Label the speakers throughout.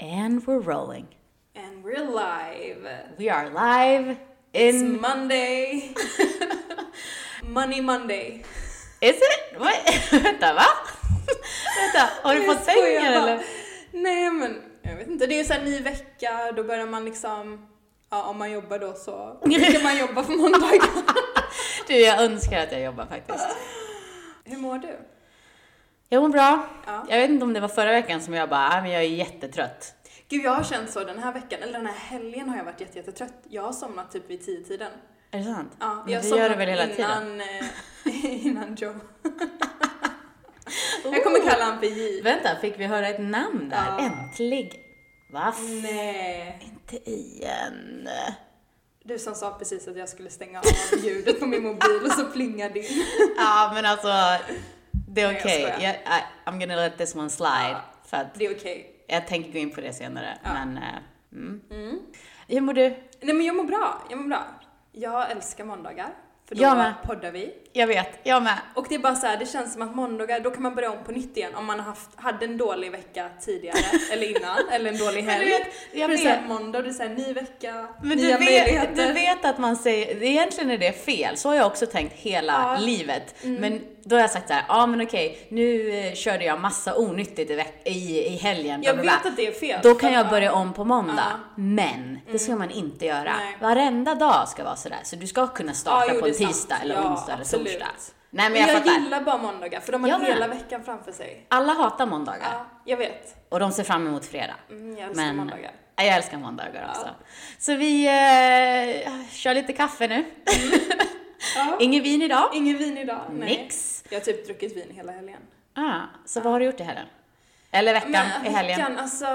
Speaker 1: And we're rolling.
Speaker 2: And we're live.
Speaker 1: We are live
Speaker 2: It's
Speaker 1: in.
Speaker 2: Monday. Money Monday.
Speaker 1: Is it? What? Vänta, va? Vänta, har du
Speaker 2: Jag
Speaker 1: fått
Speaker 2: skojar
Speaker 1: pengar
Speaker 2: bara.
Speaker 1: eller?
Speaker 2: Nej men, jag vet inte. Det är ju såhär ny vecka, då börjar man liksom, ja om man jobbar då så ska man jobba på måndagar.
Speaker 1: Du, jag önskar att jag jobbar faktiskt.
Speaker 2: Hur mår du?
Speaker 1: Jag mår bra.
Speaker 2: Ja.
Speaker 1: Jag vet inte om det var förra veckan som jag bara, "Ah, men jag är jättetrött.
Speaker 2: Gud jag har känt så den här veckan, eller den här helgen har jag varit jätte, jättetrött. Jag har somnat typ vid tio tiden.
Speaker 1: Är det sant?
Speaker 2: Ja,
Speaker 1: Men
Speaker 2: jag
Speaker 1: du gör det
Speaker 2: somnade
Speaker 1: väl hela tiden?
Speaker 2: innan, eh, innan Joe. Jag kommer kalla honom för J.
Speaker 1: Vänta, fick vi höra ett namn där?
Speaker 2: Ja. Mm.
Speaker 1: Äntligen. Va?
Speaker 2: Nej.
Speaker 1: Inte igen.
Speaker 2: Du som sa precis att jag skulle stänga av ljudet på min mobil och så plingar din.
Speaker 1: Ja, men alltså, det är
Speaker 2: Nej, jag
Speaker 1: okej.
Speaker 2: skojar.
Speaker 1: Jag- I- I'm gonna let this one slide.
Speaker 2: Ja.
Speaker 1: För att
Speaker 2: Det är okej.
Speaker 1: Jag tänker gå in på det senare,
Speaker 2: Ja.
Speaker 1: men... eh, Mm. Hur mår du?
Speaker 2: Nej men jag mår bra, jag mår bra. Jag älskar måndagar. För då
Speaker 1: Jag med.
Speaker 2: poddar vi.
Speaker 1: Jag vet, jag med.
Speaker 2: Och det är bara så här, det känns som att måndagar, då kan man börja om på nytt igen om man har haft, hade en dålig vecka tidigare, eller innan, eller en dålig
Speaker 1: Men du
Speaker 2: helg.
Speaker 1: vet, jag
Speaker 2: det är så här,
Speaker 1: vet.
Speaker 2: måndag, det är såhär ny vecka,
Speaker 1: Men du
Speaker 2: nya
Speaker 1: vet,
Speaker 2: möjligheter.
Speaker 1: du vet att man säger, egentligen är det fel, så har jag också tänkt hela
Speaker 2: Ja. Mm.
Speaker 1: livet. Men då har jag sagt så här, ja ah, men okej, nu eh, körde jag massa onyttigt i, veck- i, i helgen. bla,
Speaker 2: Jag
Speaker 1: bla,
Speaker 2: vet
Speaker 1: bla.
Speaker 2: att det är fel.
Speaker 1: Då kan
Speaker 2: för
Speaker 1: jag
Speaker 2: att-
Speaker 1: börja om på måndag. Men det ska man inte göra.
Speaker 2: Mm. Nej.
Speaker 1: Varenda dag ska vara sådär, så du ska kunna starta
Speaker 2: Ja, jo,
Speaker 1: på
Speaker 2: det
Speaker 1: en
Speaker 2: är sant.
Speaker 1: tisdag eller
Speaker 2: Ja,
Speaker 1: onsdag eller torsdag.
Speaker 2: absolut.
Speaker 1: Nej men
Speaker 2: Men
Speaker 1: jag,
Speaker 2: jag
Speaker 1: fattar.
Speaker 2: gillar bara måndagar, för de har
Speaker 1: Jag med.
Speaker 2: hela veckan framför sig.
Speaker 1: Alla hatar måndagar
Speaker 2: Ja, jag vet.
Speaker 1: och de ser fram emot fredag.
Speaker 2: Mm, jag älskar
Speaker 1: Men
Speaker 2: måndagar.
Speaker 1: Ja, jag älskar måndagar också. Så vi eh, kör lite kaffe nu.
Speaker 2: Ja.
Speaker 1: Ingen vin idag.
Speaker 2: Ingen vin idag. Nej.
Speaker 1: Nix.
Speaker 2: Jag har typ druckit vin hela helgen.
Speaker 1: Ah, så vad har du gjort i helgen? Eller veckan, i helgen?
Speaker 2: veckan, alltså.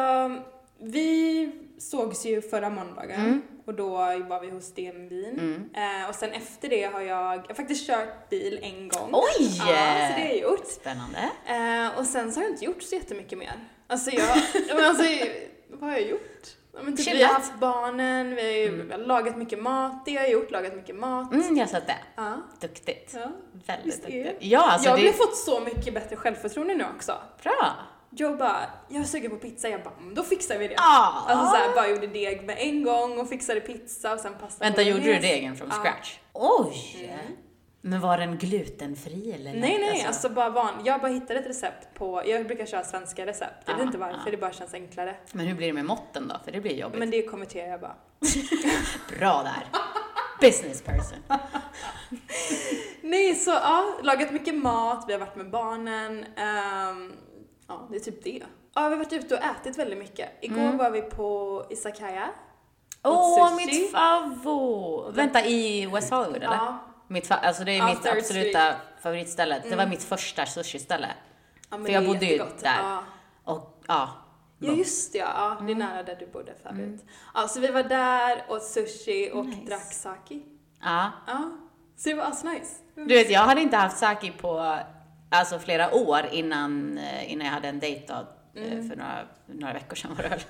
Speaker 2: Vi sågs ju förra måndagen
Speaker 1: Mm.
Speaker 2: och då var vi hos Stenvin. Eh, och sen efter det har jag, jag har faktiskt kört bil en gång.
Speaker 1: Oj!
Speaker 2: Ja, så det har jag gjort.
Speaker 1: Spännande.
Speaker 2: Eh, och sen så har jag inte gjort så jättemycket mer. Alltså jag, ja, men alltså, vad har jag gjort? Ja, men typ, vi har
Speaker 1: Chillat.
Speaker 2: haft barnen, vi har, ju, vi har lagat mycket mat, det har jag gjort, lagat mycket mat.
Speaker 1: Mm, jag har sett det.
Speaker 2: Ja,
Speaker 1: Duktigt.
Speaker 2: ja.
Speaker 1: Väldigt
Speaker 2: Visst är det?
Speaker 1: duktigt. Ja, alltså
Speaker 2: jag
Speaker 1: det
Speaker 2: har
Speaker 1: är
Speaker 2: fått så mycket bättre självförtroende nu också.
Speaker 1: bra.
Speaker 2: Joe bara, jag är sugen på pizza, jag bara, "Mm, då fixar vi det.
Speaker 1: Ah.
Speaker 2: Alltså såhär, bara gjorde deg med en gång och fixade pizza och sen pasta
Speaker 1: Vänta, gjorde du
Speaker 2: bolognese.
Speaker 1: degen från
Speaker 2: Ja. Mm.
Speaker 1: scratch? Oj! Men var den glutenfri eller?
Speaker 2: Nej
Speaker 1: något?
Speaker 2: nej, alltså, bara van. Jag bara hittade ett recept på, jag brukar köra svenska recept. Jag
Speaker 1: Ja,
Speaker 2: vet inte varför,
Speaker 1: ja.
Speaker 2: det bara känns enklare.
Speaker 1: Men hur blir det med måtten då? För det blir jobbigt.
Speaker 2: Men det konverterar jag bara.
Speaker 1: Bra där. Business person.
Speaker 2: Nej, så ja, lagat mycket mat, vi har varit med barnen. ehm, ja, det är typ det. Ja, vi har varit ute och ätit väldigt mycket. Igår
Speaker 1: Mm.
Speaker 2: var vi på Isakaya.
Speaker 1: Åh,
Speaker 2: Sushi.
Speaker 1: mitt favvo! Vänta, i West Hollywood eller?
Speaker 2: Ja.
Speaker 1: Mitt fa- alltså det är
Speaker 2: Ja,
Speaker 1: mitt
Speaker 2: Third Mm.
Speaker 1: absoluta favoritställe. Det var mitt första sushiställe.
Speaker 2: Ja, men
Speaker 1: För jag
Speaker 2: det är
Speaker 1: bodde ju
Speaker 2: jättegott.
Speaker 1: där.
Speaker 2: Ja.
Speaker 1: Och ja,
Speaker 2: Ja just det, ja. ja. Det är nära där du bodde förut. Ja, så vi var där, åt sushi och
Speaker 1: Mm. Nice.
Speaker 2: drack sake.
Speaker 1: ja.
Speaker 2: Ja, så det var asnice.
Speaker 1: Du vet, jag hade inte haft sake på alltså, flera år innan, eh, innan jag hade en dejt då, eh,
Speaker 2: Mm.
Speaker 1: för några, några veckor sedan var det väl.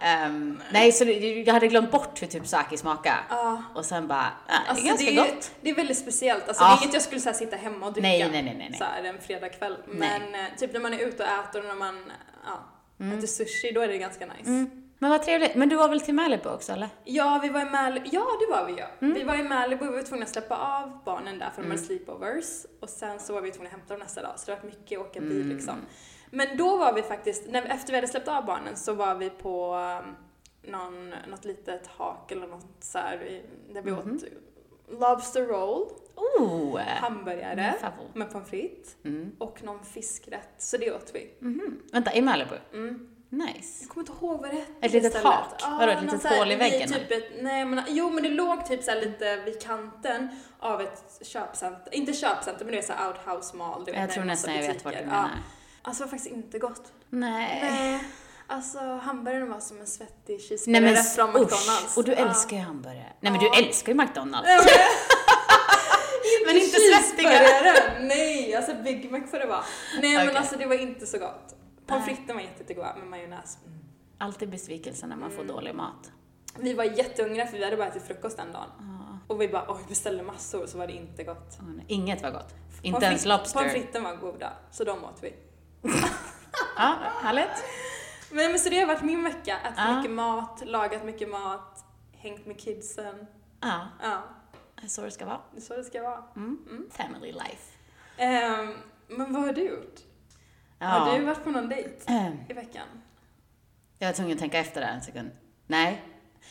Speaker 1: Ehm, nej, så det, jag hade glömt bort hur typ sake smakar.
Speaker 2: Ja.
Speaker 1: Och sen bara, äh, det är
Speaker 2: Alltså,
Speaker 1: ganska
Speaker 2: det, är,
Speaker 1: gott.
Speaker 2: det är väldigt speciellt. Alltså,
Speaker 1: Ja.
Speaker 2: Det är inget jag skulle så här, sitta hemma och dricka
Speaker 1: Nej, nej, nej, nej, nej.
Speaker 2: Så här, en fredagkväll.
Speaker 1: Nej.
Speaker 2: Men eh, typ när man är ute och äter och när man ja,
Speaker 1: Mm.
Speaker 2: äter sushi, då är det ganska nice.
Speaker 1: Men vad trevligt. Men du var väl till Malibu också eller?
Speaker 2: Ja, vi var i Malibu. Ja, det var vi ja. Vi var i Malibu och vi var tvungna att släppa av barnen där för de hade sleepovers. Och sen så var vi tvungna att hämta dem nästa dag, så det var mycket åka bil liksom. Men då var vi faktiskt, när, efter vi hade släppt av barnen så var vi på um, någon, något litet hak eller något så här, i- där vi åt Lobster roll,
Speaker 1: Oh!
Speaker 2: hamburgare
Speaker 1: Min Mm. favorit.
Speaker 2: med pommes frites och någon fiskrätt. Så det åt vi.
Speaker 1: Mhm. Vänta, i Malibu?
Speaker 2: Mm.
Speaker 1: Nice.
Speaker 2: Jag kommer inte ihåg vad det hette.
Speaker 1: Ett litet
Speaker 2: istället. Ah,
Speaker 1: hak? Vadå, ett
Speaker 2: någon
Speaker 1: litet
Speaker 2: så här-
Speaker 1: hål i väggen,
Speaker 2: Nej, typ ett, nej, men, jo, men det låg typ så här lite vid kanten av ett köpcenter. Inte köpcenter, men det är så här outhouse mall. Du vet,
Speaker 1: Jag
Speaker 2: när
Speaker 1: tror
Speaker 2: det är massa
Speaker 1: nästan jag vet vad du
Speaker 2: butiker.
Speaker 1: menar.
Speaker 2: Ja. Alltså det var faktiskt inte gott.
Speaker 1: Nej.
Speaker 2: Nej. Alltså hamburgaren var som en svettig
Speaker 1: Nej
Speaker 2: cheeseburgare
Speaker 1: men
Speaker 2: rätt från McDonalds. Ah.
Speaker 1: usch, och du
Speaker 2: Ja.
Speaker 1: älskar ju hamburgare. Nej men du älskar ju McDonalds.
Speaker 2: Ja,
Speaker 1: men inte svettiga.
Speaker 2: Cheeseburgaren, Nej, alltså Big Mac får det vara. Nej men
Speaker 1: Okej.
Speaker 2: alltså det var inte så gott. Pommes fritesen var jättegoda med majonnäs.
Speaker 1: Alltid besvikelse när man får
Speaker 2: Mm.
Speaker 1: dålig mat.
Speaker 2: Vi var jättehungriga för vi hade bara ätit frukost den dagen. Och vi bara, oj, vi beställde massor så var det inte gott.
Speaker 1: Åh, nej. Mm. Inget var gott.
Speaker 2: Pommes
Speaker 1: Inte ens
Speaker 2: frites- Pommes
Speaker 1: lobster.
Speaker 2: fritesen var goda, så de åt vi.
Speaker 1: Ja, härligt.
Speaker 2: Men, men så det har varit min vecka. Ätit
Speaker 1: Ja.
Speaker 2: mycket mat, lagat mycket mat, hängt med kidsen.
Speaker 1: Ja,
Speaker 2: Ja,
Speaker 1: det är så det ska vara.
Speaker 2: det är så det ska vara.
Speaker 1: Mm.
Speaker 2: Mm.
Speaker 1: Family life.
Speaker 2: Ehm, men vad har du gjort?
Speaker 1: Ja.
Speaker 2: Har du varit på någon dejt
Speaker 1: Ehm,
Speaker 2: i veckan?
Speaker 1: Jag var tvungen att tänka efter där en sekund. Nej.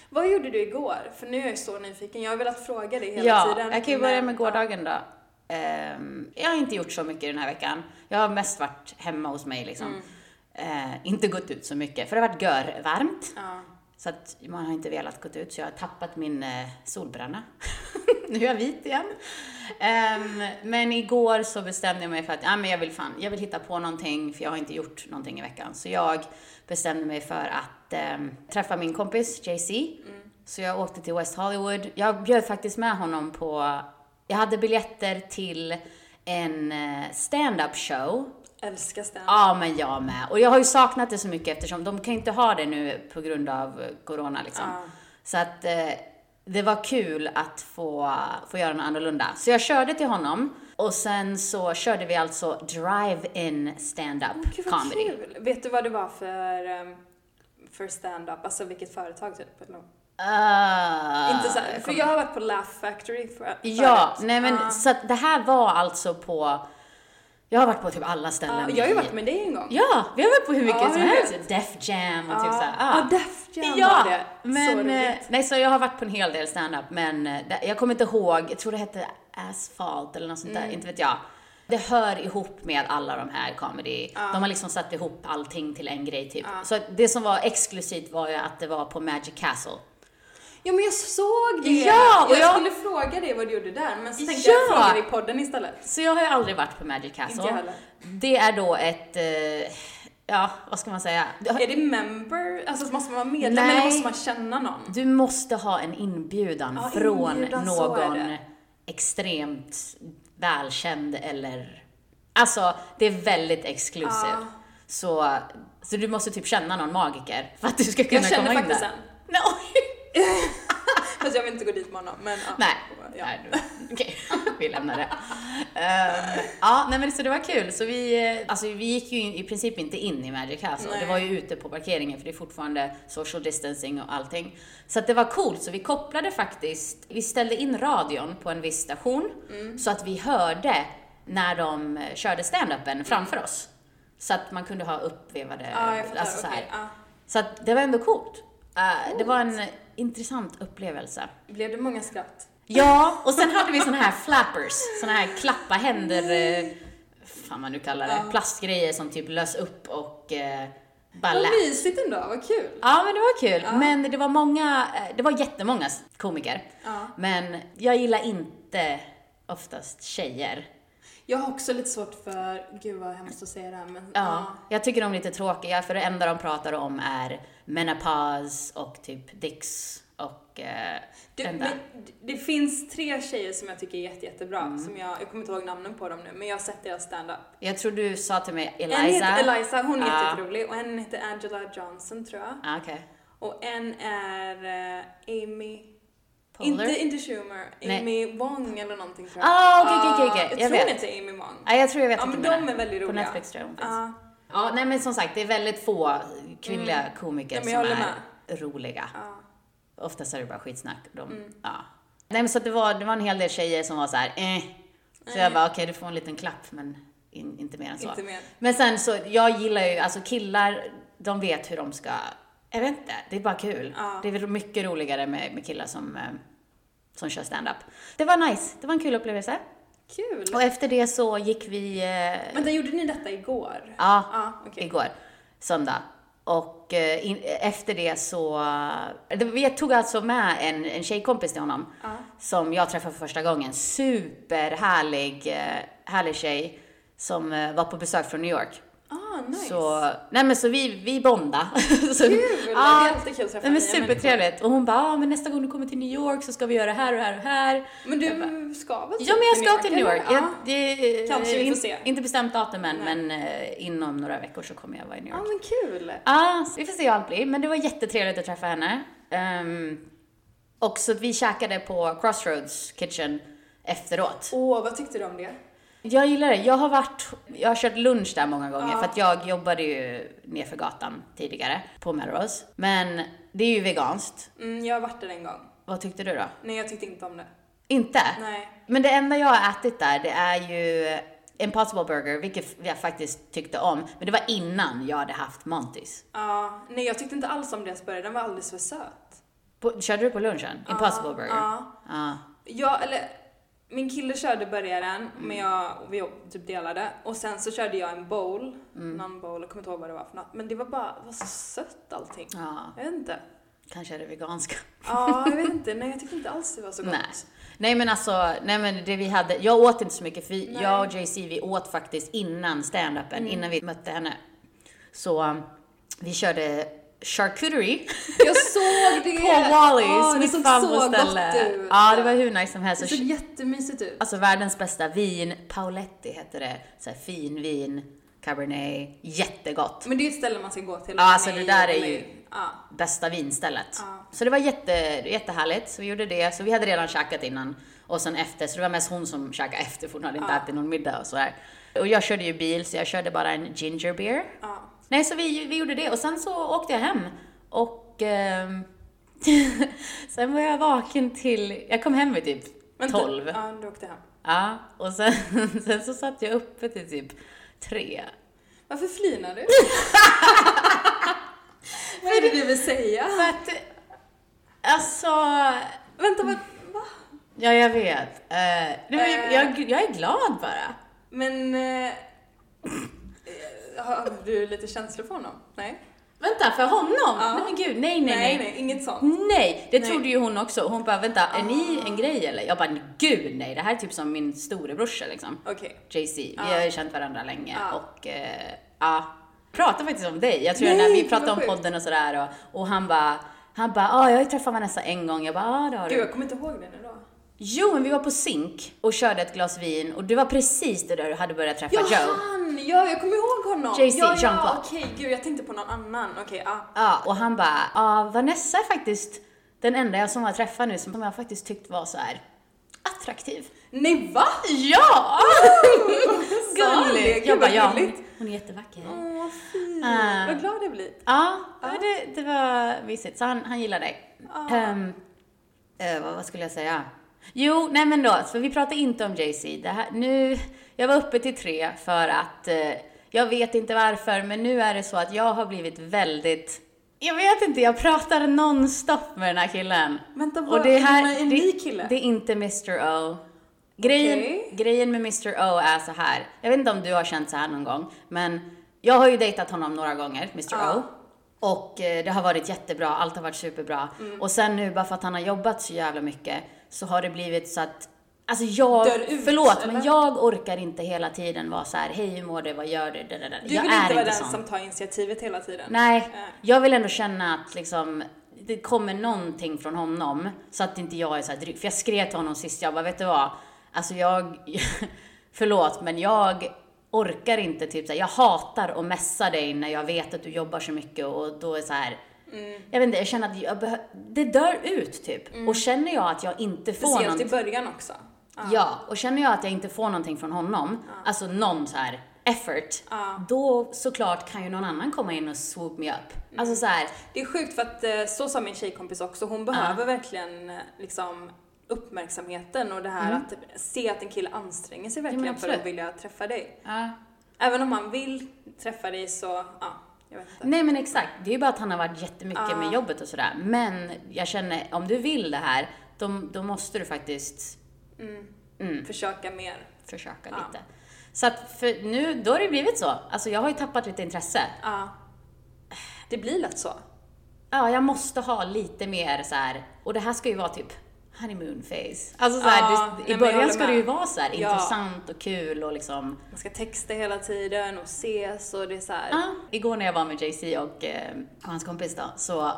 Speaker 2: Vad gjorde du igår? För nu är jag så nyfiken. Jag har velat fråga dig hela
Speaker 1: Ja,
Speaker 2: tiden.
Speaker 1: jag kan ju
Speaker 2: men-
Speaker 1: börja med gårdagen då. Ehm, jag har inte gjort så mycket den här veckan. Jag har mest varit hemma hos mig liksom.
Speaker 2: Mm.
Speaker 1: Eh, inte gått ut så mycket, för det har varit görvarmt.
Speaker 2: Ja.
Speaker 1: Så att man har inte velat gå ut, så jag har tappat min eh, solbränna. nu är jag vit igen. Ehm, men igår så bestämde jag mig för att ja, men jag, vill fan, jag vill hitta på någonting, för jag har inte gjort någonting i veckan. Så jag bestämde mig för att ehm, träffa min kompis JC. Så jag åkte till West Hollywood. Jag bjöd faktiskt med honom på, jag hade biljetter till en eh, stand-up show
Speaker 2: Älskar stand
Speaker 1: Ja, men jag med. Och jag har ju saknat det så mycket eftersom de kan ju inte ha det nu på grund av corona liksom.
Speaker 2: Ja.
Speaker 1: Så att eh, det var kul att få, få göra något annorlunda. Så jag körde till honom och sen så körde vi alltså drive-in
Speaker 2: Men
Speaker 1: stand-up
Speaker 2: Gud vad
Speaker 1: comedy.
Speaker 2: kul! Vet du vad det var för, ehm, för stand-up? Alltså vilket företag typ? Eller?
Speaker 1: Ah,
Speaker 2: Inte så här, för
Speaker 1: kom-
Speaker 2: jag har varit på Laugh Factory för, förut. Ah,
Speaker 1: Ja, nej men
Speaker 2: Ja.
Speaker 1: så att det här var alltså på, jag har varit på typ alla ställen.
Speaker 2: Ja, jag har ju
Speaker 1: i-
Speaker 2: varit med dig en gång.
Speaker 1: Ja, vi har varit på hur mycket
Speaker 2: Ja,
Speaker 1: som
Speaker 2: jag
Speaker 1: helst. Def Jam och typ såhär.
Speaker 2: Ja, Ah, Def Jam
Speaker 1: Ja,
Speaker 2: var det. så
Speaker 1: men, eh,
Speaker 2: roligt.
Speaker 1: nej så jag har varit på en hel del standup men eh, det- jag kommer inte ihåg, jag tror det hette Asphalt eller något sånt
Speaker 2: Mm.
Speaker 1: där, inte vet jag. Det hör ihop med alla de här comedy, de har liksom satt ihop allting till en grej typ. Så det som var exklusivt var ju att det var på Magic Castle.
Speaker 2: Ja, men jag såg det!
Speaker 1: Ja, och
Speaker 2: jag,
Speaker 1: jag-
Speaker 2: skulle fråga dig vad du gjorde där, men så tänkte
Speaker 1: Ja!
Speaker 2: jag fråga dig i podden istället.
Speaker 1: Så jag har ju aldrig varit på Magic Castle.
Speaker 2: Inte jag heller.
Speaker 1: Det är då ett, eh, ja vad ska man säga?
Speaker 2: Är det member? Alltså så måste man vara medlem
Speaker 1: Nej.
Speaker 2: eller måste man känna någon?
Speaker 1: Du måste ha en inbjudan
Speaker 2: Ja,
Speaker 1: från
Speaker 2: inbjudan, så är
Speaker 1: någon
Speaker 2: det.
Speaker 1: extremt välkänd eller... Alltså, det är väldigt exklusivt.
Speaker 2: Ja.
Speaker 1: Så, så du måste typ känna någon magiker för att du ska kunna
Speaker 2: Jag
Speaker 1: komma
Speaker 2: känner
Speaker 1: in där.
Speaker 2: faktiskt en.
Speaker 1: Nej, oj.
Speaker 2: Fast jag vill inte gå dit med honom, men ja.
Speaker 1: Nej,
Speaker 2: Ja.
Speaker 1: nej du- okej, vi lämnar det. Ehm, ja, nej men så det var kul. Så vi, eh, alltså, vi gick ju in, i princip inte in i Magic Castle.
Speaker 2: Nej.
Speaker 1: Det var ju ute på parkeringen för det är fortfarande social distancing och allting. Så att det var coolt, så vi kopplade faktiskt, vi ställde in radion på en viss station
Speaker 2: Mm.
Speaker 1: så att vi hörde när de eh, körde stand-upen framför oss. Så att man kunde ha uppvevade,
Speaker 2: Ja, jag fattar.
Speaker 1: alltså så
Speaker 2: Okej,
Speaker 1: här.
Speaker 2: ja.
Speaker 1: Så att det var ändå coolt. Eh, Det var en intressant upplevelse.
Speaker 2: Blev det många skratt?
Speaker 1: Ja, och sen hade vi såna här flappers, såna här klappa händer, eh, fan vad nu kallar det, plastgrejer som typ lös upp och eh, bara
Speaker 2: Vad
Speaker 1: lät.
Speaker 2: mysigt ändå, vad kul!
Speaker 1: Ja, men det var kul. Men det var många, eh, det var jättemånga komiker.
Speaker 2: Ja.
Speaker 1: Men jag gillar inte oftast tjejer.
Speaker 2: Jag har också lite svårt för, gud vad hemskt att säga det här men
Speaker 1: Ja, jag tycker de är lite tråkiga för det enda de pratar om är menopaus och typ dicks och eh,
Speaker 2: Du,
Speaker 1: den
Speaker 2: men,
Speaker 1: där.
Speaker 2: d- det finns tre tjejer som jag tycker är jätte, jättebra,
Speaker 1: Mm.
Speaker 2: som jag, jag kommer inte ihåg namnen på dem nu, men jag har sett deras standup.
Speaker 1: Jag tror du sa till mig
Speaker 2: En
Speaker 1: Eliza.
Speaker 2: heter Eliza, hon är
Speaker 1: Ja.
Speaker 2: jätterolig, och en heter Angela Johnson tror jag.
Speaker 1: Ah, Okej.
Speaker 2: Och en är eh, Amy...
Speaker 1: Poehler?
Speaker 2: Inte, inte Schumer,
Speaker 1: Nej.
Speaker 2: Amy Wong eller någonting tror jag.
Speaker 1: Ah, okej, okej, okej,
Speaker 2: Ja,
Speaker 1: okej.
Speaker 2: Jag,
Speaker 1: Jag
Speaker 2: tror hon
Speaker 1: vet.
Speaker 2: heter Amy Wong.
Speaker 1: Nej, jag tror jag vet
Speaker 2: Ja,
Speaker 1: vilken
Speaker 2: men
Speaker 1: du menar.
Speaker 2: de är väldigt
Speaker 1: På
Speaker 2: roliga.
Speaker 1: Netflix tror jag de finns.
Speaker 2: Ja.
Speaker 1: Ja, nej men som sagt, det är väldigt få kvinnliga komiker
Speaker 2: Nej, Mm. men
Speaker 1: som
Speaker 2: jag
Speaker 1: är
Speaker 2: håller
Speaker 1: roliga.
Speaker 2: Ja. Mm.
Speaker 1: Oftast är det bara skitsnack. De, ja. Nej men så att det var, det var en hel del tjejer som var så här, eh. Så jag bara, okej du får en liten klapp men in, inte mer än så.
Speaker 2: Inte mer.
Speaker 1: Men sen så, jag gillar ju, alltså killar, de vet hur de ska, jag vet inte, det är bara kul.
Speaker 2: Ja.
Speaker 1: Det är väl mycket roligare med, med killar som, eh, som kör stand-up. Det var nice, det var en kul upplevelse.
Speaker 2: Kul!
Speaker 1: Och efter det så gick vi eh,
Speaker 2: Vänta, gjorde ni detta igår?
Speaker 1: Ja,
Speaker 2: Ja, okej.
Speaker 1: igår. Söndag. Och eh, in, efter det så... det- Vi tog alltså med en, en tjejkompis till honom.
Speaker 2: Ja.
Speaker 1: Som jag träffade för första gången. Superhärlig eh, härlig tjej. Som eh, var på besök från New York.
Speaker 2: Ah, nice!
Speaker 1: Så, nej men så vi, vi bonda. så,
Speaker 2: Kul! det är alltid kul att träffa
Speaker 1: Nej, men
Speaker 2: nya människor.
Speaker 1: supertrevligt. Och hon bara, ah, men nästa gång du kommer till New York så ska vi göra det här och det här och det här.
Speaker 2: Men du ska väl
Speaker 1: Ja, men jag
Speaker 2: typ
Speaker 1: ska till New York.
Speaker 2: eller?
Speaker 1: Jag, det,
Speaker 2: Kanske vi får
Speaker 1: in-
Speaker 2: se.
Speaker 1: Inte bestämt datum än,
Speaker 2: Nej.
Speaker 1: men eh, inom några veckor så kommer jag vara i New
Speaker 2: Ja,
Speaker 1: York.
Speaker 2: ah, men kul!
Speaker 1: Ja, så vi får se hur allt blir. Men det var jättetrevligt att träffa henne. Ehm, och så att vi käkade på Crossroads Kitchen efteråt.
Speaker 2: Åh, vad tyckte du om det?
Speaker 1: Jag gillar det. Jag har varit, jag har kört lunch där många gånger
Speaker 2: Ja.
Speaker 1: för att jag jobbade ju nerför gatan tidigare på Melrose. Men det är ju veganskt.
Speaker 2: Mm, jag har varit där en gång.
Speaker 1: Vad tyckte du då?
Speaker 2: Nej, jag tyckte inte om det.
Speaker 1: Inte?
Speaker 2: Nej.
Speaker 1: Men det enda jag har ätit där, det är ju Impossible Burger, vilket jag faktiskt tyckte om. Men det var innan jag hade haft Montys.
Speaker 2: Ja, nej, jag tyckte inte alls om deras burgare. Den var alldeles för söt.
Speaker 1: På, körde du på lunchen? Impossible Burger?
Speaker 2: Ja.
Speaker 1: Ja.
Speaker 2: Jag, eller, min kille körde burgaren, men jag, och vi typ delade. Och sen så körde jag en bowl, någon bowl, jag kommer inte ihåg vad det var för något. Men det var bara, det var så sött allting.
Speaker 1: ja.
Speaker 2: Jag vet inte.
Speaker 1: Kanske är det veganska.
Speaker 2: Ja, jag vet inte. Nej, jag tyckte inte alls det var så gott.
Speaker 1: Nej. Nej men alltså, nej men det vi hade, jag åt inte så mycket för vi,
Speaker 2: Nej. Mm.
Speaker 1: jag och JC vi åt faktiskt innan stand-upen, innan vi mötte henne. Så um, vi körde charcuterie
Speaker 2: Jag såg det!
Speaker 1: på Wallis,
Speaker 2: Ja, det
Speaker 1: mitt
Speaker 2: såg så
Speaker 1: favvoställe.
Speaker 2: gott ut.
Speaker 1: Ja det var hur nice som
Speaker 2: Det
Speaker 1: helst.
Speaker 2: såg jättemysigt ut.
Speaker 1: Alltså världens bästa vin, Pauletti hette det. Så här fin vin, cabernet, jättegott.
Speaker 2: Men det är ett ställe man ska gå till.
Speaker 1: Ja, alltså,
Speaker 2: Nej,
Speaker 1: det där är ju-
Speaker 2: nej. Ja.
Speaker 1: Bästa vinstället.
Speaker 2: Ja.
Speaker 1: Så det var jätte, jättehärligt, så vi gjorde det. Så vi hade redan käkat innan och sen efter, så det var mest hon som käkade efter för hon hade inte
Speaker 2: Ja.
Speaker 1: ätit någon middag och sådär. Och jag körde ju bil så jag körde bara en ginger beer.
Speaker 2: ja.
Speaker 1: Nej, så vi, vi gjorde det och sen så åkte jag hem och ehm, sen var jag vaken till, jag kom hem vid typ
Speaker 2: Vänta.
Speaker 1: 12.
Speaker 2: Ja, du åkte hem.
Speaker 1: Ja, och sen, sen så satt jag uppe till typ tre.
Speaker 2: Varför flinar du? Vad är det du vill säga?
Speaker 1: För att, alltså,
Speaker 2: Vänta, vad? Va?
Speaker 1: ja jag vet. Eh, nej, men jag, jag, jag är glad bara.
Speaker 2: Men... Eh, eh, har du lite känslor för honom? Nej?
Speaker 1: Vänta, för honom?
Speaker 2: Ja.
Speaker 1: Nej men gud, nej nej nej. nej.
Speaker 2: inget sånt.
Speaker 1: Nej, Ah. det
Speaker 2: Nej.
Speaker 1: trodde ju hon också. Hon bara, vänta, är ni en grej eller? Jag bara, gud nej, det här är typ som min storebrorsa liksom.
Speaker 2: Okej.
Speaker 1: JC, vi
Speaker 2: Ja.
Speaker 1: har ju känt varandra länge
Speaker 2: Ja.
Speaker 1: och eh, ja, pratade faktiskt om dig. Jag tror
Speaker 2: Nej,
Speaker 1: när vi
Speaker 2: vad
Speaker 1: pratade om
Speaker 2: sjukt. podden
Speaker 1: podden och sådär och, och han bara, han bara, ah, jag har ju träffat Vanessa en gång. Jag bara, ah, det har
Speaker 2: Gud,
Speaker 1: du.
Speaker 2: jag kommer inte ihåg den idag.
Speaker 1: Jo, men vi var på Zink och körde ett glas vin och det var precis det där du hade börjat träffa
Speaker 2: Ja,
Speaker 1: Joe.
Speaker 2: han! Ja, jag kommer ihåg honom!
Speaker 1: JC,
Speaker 2: ja,
Speaker 1: Jean Paul.
Speaker 2: ja, okej, gud, jag tänkte på någon annan. Okej, ja.
Speaker 1: Ja, och han bara, ah, Vanessa är faktiskt den enda jag som har träffat nu som jag faktiskt tyckt var så här attraktiv.
Speaker 2: Nej, va?
Speaker 1: Ja!
Speaker 2: Gulligt!
Speaker 1: Alltså, Jag bara, ja,
Speaker 2: Gulligt.
Speaker 1: hon, hon är jättevacker.
Speaker 2: Åh, vad fint.
Speaker 1: Ah.
Speaker 2: Vad glad jag blir.
Speaker 1: Ja, Det, det var mysigt. Så han, han gillar dig.
Speaker 2: Ja.
Speaker 1: Ehm, eh, vad, vad skulle jag säga? Jo, nej men då, för vi pratar inte om JC. Det här, nu, jag var uppe till tre för att, eh, jag vet inte varför, men nu är det så att jag har blivit väldigt, jag vet inte, jag pratar nonstop med den här killen.
Speaker 2: Vänta,
Speaker 1: Och
Speaker 2: vad,
Speaker 1: det här,
Speaker 2: är en
Speaker 1: det,
Speaker 2: ny kille?
Speaker 1: Det är inte Mr O. Grejen,
Speaker 2: Okej.
Speaker 1: grejen med Mr O är så här. jag vet inte om du har känt så här någon gång, men jag har ju dejtat honom några gånger, Mr
Speaker 2: Ja.
Speaker 1: O. Och eh, det har varit jättebra, allt har varit superbra.
Speaker 2: Mm.
Speaker 1: Och sen nu, bara för att han har jobbat så jävla mycket, så har det blivit så att Alltså jag,
Speaker 2: Dör ut,
Speaker 1: förlåt, men
Speaker 2: eller?
Speaker 1: jag orkar inte hela tiden vara så här, hej hur mår du, vad gör du, da, da, da.
Speaker 2: Du
Speaker 1: Jag
Speaker 2: vill
Speaker 1: är
Speaker 2: inte vara den
Speaker 1: sån.
Speaker 2: som tar initiativet hela tiden?
Speaker 1: Nej,
Speaker 2: Nej.
Speaker 1: jag vill ändå känna att liksom, det kommer någonting från honom så att inte jag är så här dryg. För jag skrev till honom sist, jag bara, vet du vad? Alltså jag, förlåt, men jag orkar inte typ så här, jag hatar att messa dig när jag vet att du jobbar så mycket och då är så här
Speaker 2: Mm.
Speaker 1: Jag vet inte, jag känner att jag behö- det dör ut typ. Och känner jag att jag inte får någonting.
Speaker 2: Speciellt i början också. Ja.
Speaker 1: Ja, och känner jag att jag inte får någonting från honom, alltså någon så här effort, då såklart kan ju någon annan komma in och swoop me up. Alltså så här,
Speaker 2: Det är sjukt för att eh, så sa min tjejkompis också, hon behöver verkligen eh, liksom uppmärksamheten och det här att se att en kille anstränger sig verkligen för
Speaker 1: Mm. absolut.
Speaker 2: att vilja träffa dig.
Speaker 1: ja.
Speaker 2: Även om han vill träffa dig så, ja, jag vet inte.
Speaker 1: nej men exakt, det är ju bara att han har varit jättemycket med jobbet och sådär. Men jag känner, om du vill det här, då, då måste du faktiskt Mm.
Speaker 2: Försöka mer.
Speaker 1: försöka lite. Så att för nu, då har det blivit så. Alltså jag har ju tappat lite intresse.
Speaker 2: Ja. Det blir lätt så.
Speaker 1: Ja, jag måste ha lite mer så här. och det här ska ju vara typ honeymoon face. Alltså så här,
Speaker 2: Ja,
Speaker 1: det, i
Speaker 2: nej, men jag
Speaker 1: början
Speaker 2: håller
Speaker 1: ska det
Speaker 2: med.
Speaker 1: ju vara så här,
Speaker 2: Ja.
Speaker 1: intressant och kul och liksom
Speaker 2: Man ska texta hela tiden och ses och det är så här.
Speaker 1: Ja. Igår när jag var med JC och, eh, och hans kompis då, så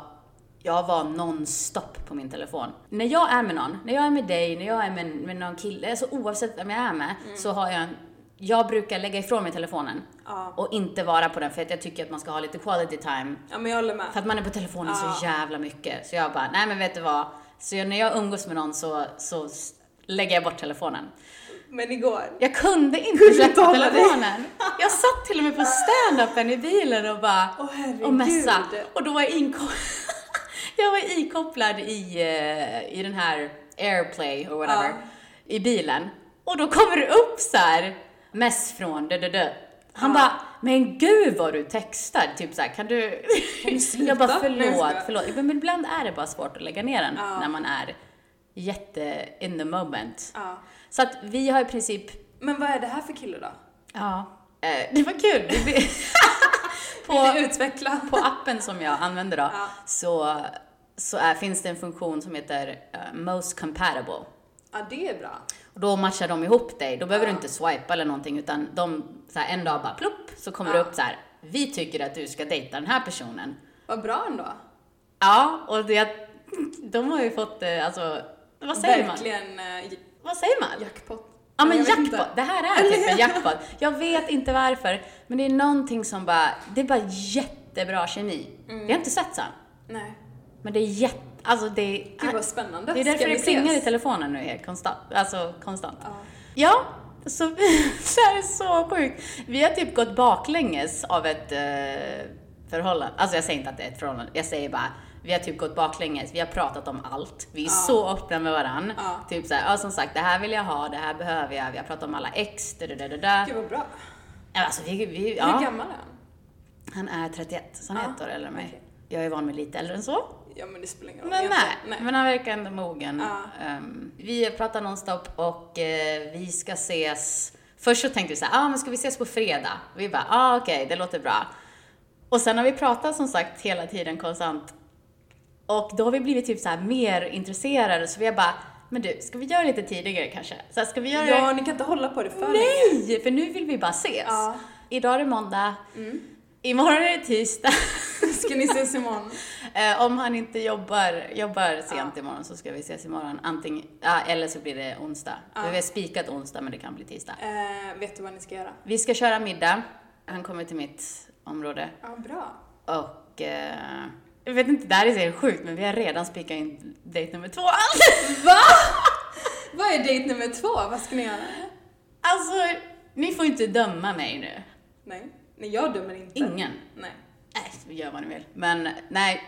Speaker 1: jag var nonstop på min telefon. När jag är med någon, när jag är med dig, när jag är med, med någon kille, alltså oavsett vem jag är med,
Speaker 2: Mm.
Speaker 1: så har jag en, jag brukar lägga ifrån mig telefonen
Speaker 2: Ja.
Speaker 1: och inte vara på den för att jag tycker att man ska ha lite quality time
Speaker 2: ja, men jag håller med.
Speaker 1: för att man är på telefonen
Speaker 2: Ja.
Speaker 1: så jävla mycket. Så jag bara, nej men vet du vad? Så jag, när jag umgås med någon så, så s- lägger jag bort telefonen.
Speaker 2: Men igår.
Speaker 1: Jag kunde inte
Speaker 2: Kunde inte
Speaker 1: släppa
Speaker 2: hålla dig.
Speaker 1: telefonen. Jag satt till och med på stand-upen i bilen och bara
Speaker 2: Åh herregud.
Speaker 1: och mässa. Och då var jag inkopplad, jag var inkopplad i, eh, i den här AirPlay och whatever, i bilen. Och då kommer det upp så här, mess från dö, dö, dö. Han bara, men gud vad du textar, typ så här, kan du...
Speaker 2: du sluta?
Speaker 1: jag bara,
Speaker 2: Nej, jag
Speaker 1: förlåt,
Speaker 2: skojar.
Speaker 1: förlåt. Men ibland är det bara svårt att lägga ner den
Speaker 2: Ja.
Speaker 1: när man är jätte in the moment.
Speaker 2: Ja.
Speaker 1: Så att vi har i princip,
Speaker 2: Men vad är det här för kille då?
Speaker 1: ja, eh, det var kul. Vi- vi-
Speaker 2: Vill du utveckla?
Speaker 1: på appen som jag använder då,
Speaker 2: Ja.
Speaker 1: så, så är, finns det en funktion som heter eh, Most Compatible.
Speaker 2: Ja, det är bra.
Speaker 1: Och då matchar de ihop dig. Då behöver
Speaker 2: Ja.
Speaker 1: du inte swipa eller någonting utan de, så här, en dag bara plopp så kommer
Speaker 2: Ja.
Speaker 1: det upp så här. Vi tycker att du ska dejta den här personen.
Speaker 2: Vad bra ändå.
Speaker 1: Ja, och det, de har ju fått, eh, alltså, vad säger man?
Speaker 2: Verkligen eh, j-
Speaker 1: Vad säger man?
Speaker 2: jackpot.
Speaker 1: Ja men
Speaker 2: Jag vet inte.
Speaker 1: jackpot, det här är typ en jackpot. Jag vet inte varför, men det är någonting som bara, det är bara jättebra kemi. Jag
Speaker 2: Mm.
Speaker 1: har inte sett så.
Speaker 2: Nej.
Speaker 1: Men det är jätte, alltså det är...
Speaker 2: Gud vad spännande.
Speaker 1: Det är därför
Speaker 2: Ska vi
Speaker 1: det klingar i
Speaker 2: ses?
Speaker 1: telefonen nu helt konstant. Alltså konstant.
Speaker 2: Ja.
Speaker 1: Ja, så det här är så sjukt. Vi har typ gått baklänges av ett eh, förhållande. Alltså jag säger inte att det är ett förhållande. Jag säger bara, vi har typ gått baklänges. Vi har pratat om allt. Vi är så öppna med varann.
Speaker 2: Ja.
Speaker 1: Typ såhär, ja som sagt, det här vill jag ha, det här behöver jag. Vi har pratat om alla ex, da, da, da, da, da.
Speaker 2: Gud vad bra.
Speaker 1: Ja, Alltså vi, vi
Speaker 2: Hur
Speaker 1: ja.
Speaker 2: gammal är
Speaker 1: Han
Speaker 2: han?
Speaker 1: är 31, så han är
Speaker 2: Ja,
Speaker 1: ett år äldre än mig.
Speaker 2: okej.
Speaker 1: Jag är van med lite äldre än så.
Speaker 2: Ja men det spelar ingen roll.
Speaker 1: Men nej,
Speaker 2: egentligen.
Speaker 1: men han verkar ändå mogen.
Speaker 2: Ja.
Speaker 1: Ehm, vi pratar nonstop och eh, vi ska ses. Först så tänkte vi så här, ah, men ska vi ses på fredag? Vi bara, ah, okej, det låter bra. Och sen har vi pratat som sagt hela tiden konstant. Och då har vi blivit typ så här mer intresserade så vi har bara, men du, ska vi göra det lite tidigare kanske? Så här, ska vi göra
Speaker 2: Ja, ni kan inte hålla på det för länge.
Speaker 1: Nej! För nu vill vi bara ses.
Speaker 2: Ja. Mm.
Speaker 1: Idag är det måndag. Imorgon är det tisdag.
Speaker 2: Ska ni ses imorgon?
Speaker 1: Eh, om han inte jobbar, jobbar sent imorgon så ska vi ses imorgon. Antingen, ja, eller så blir det onsdag. Vi har spikat onsdag men det kan bli tisdag.
Speaker 2: Eh, vet du vad ni ska göra?
Speaker 1: Vi ska köra middag. Han kommer till mitt område.
Speaker 2: Ja, bra.
Speaker 1: Och... Eh, jag vet inte, det här är så sjukt men vi har redan spikat in dejt nummer två.
Speaker 2: Va? Vad är dejt nummer två? Vad ska ni göra?
Speaker 1: Alltså, ni får inte döma mig nu.
Speaker 2: Nej, nej jag dömer inte.
Speaker 1: Ingen.
Speaker 2: Nej.
Speaker 1: Nej, gör vad ni vill. Men nej,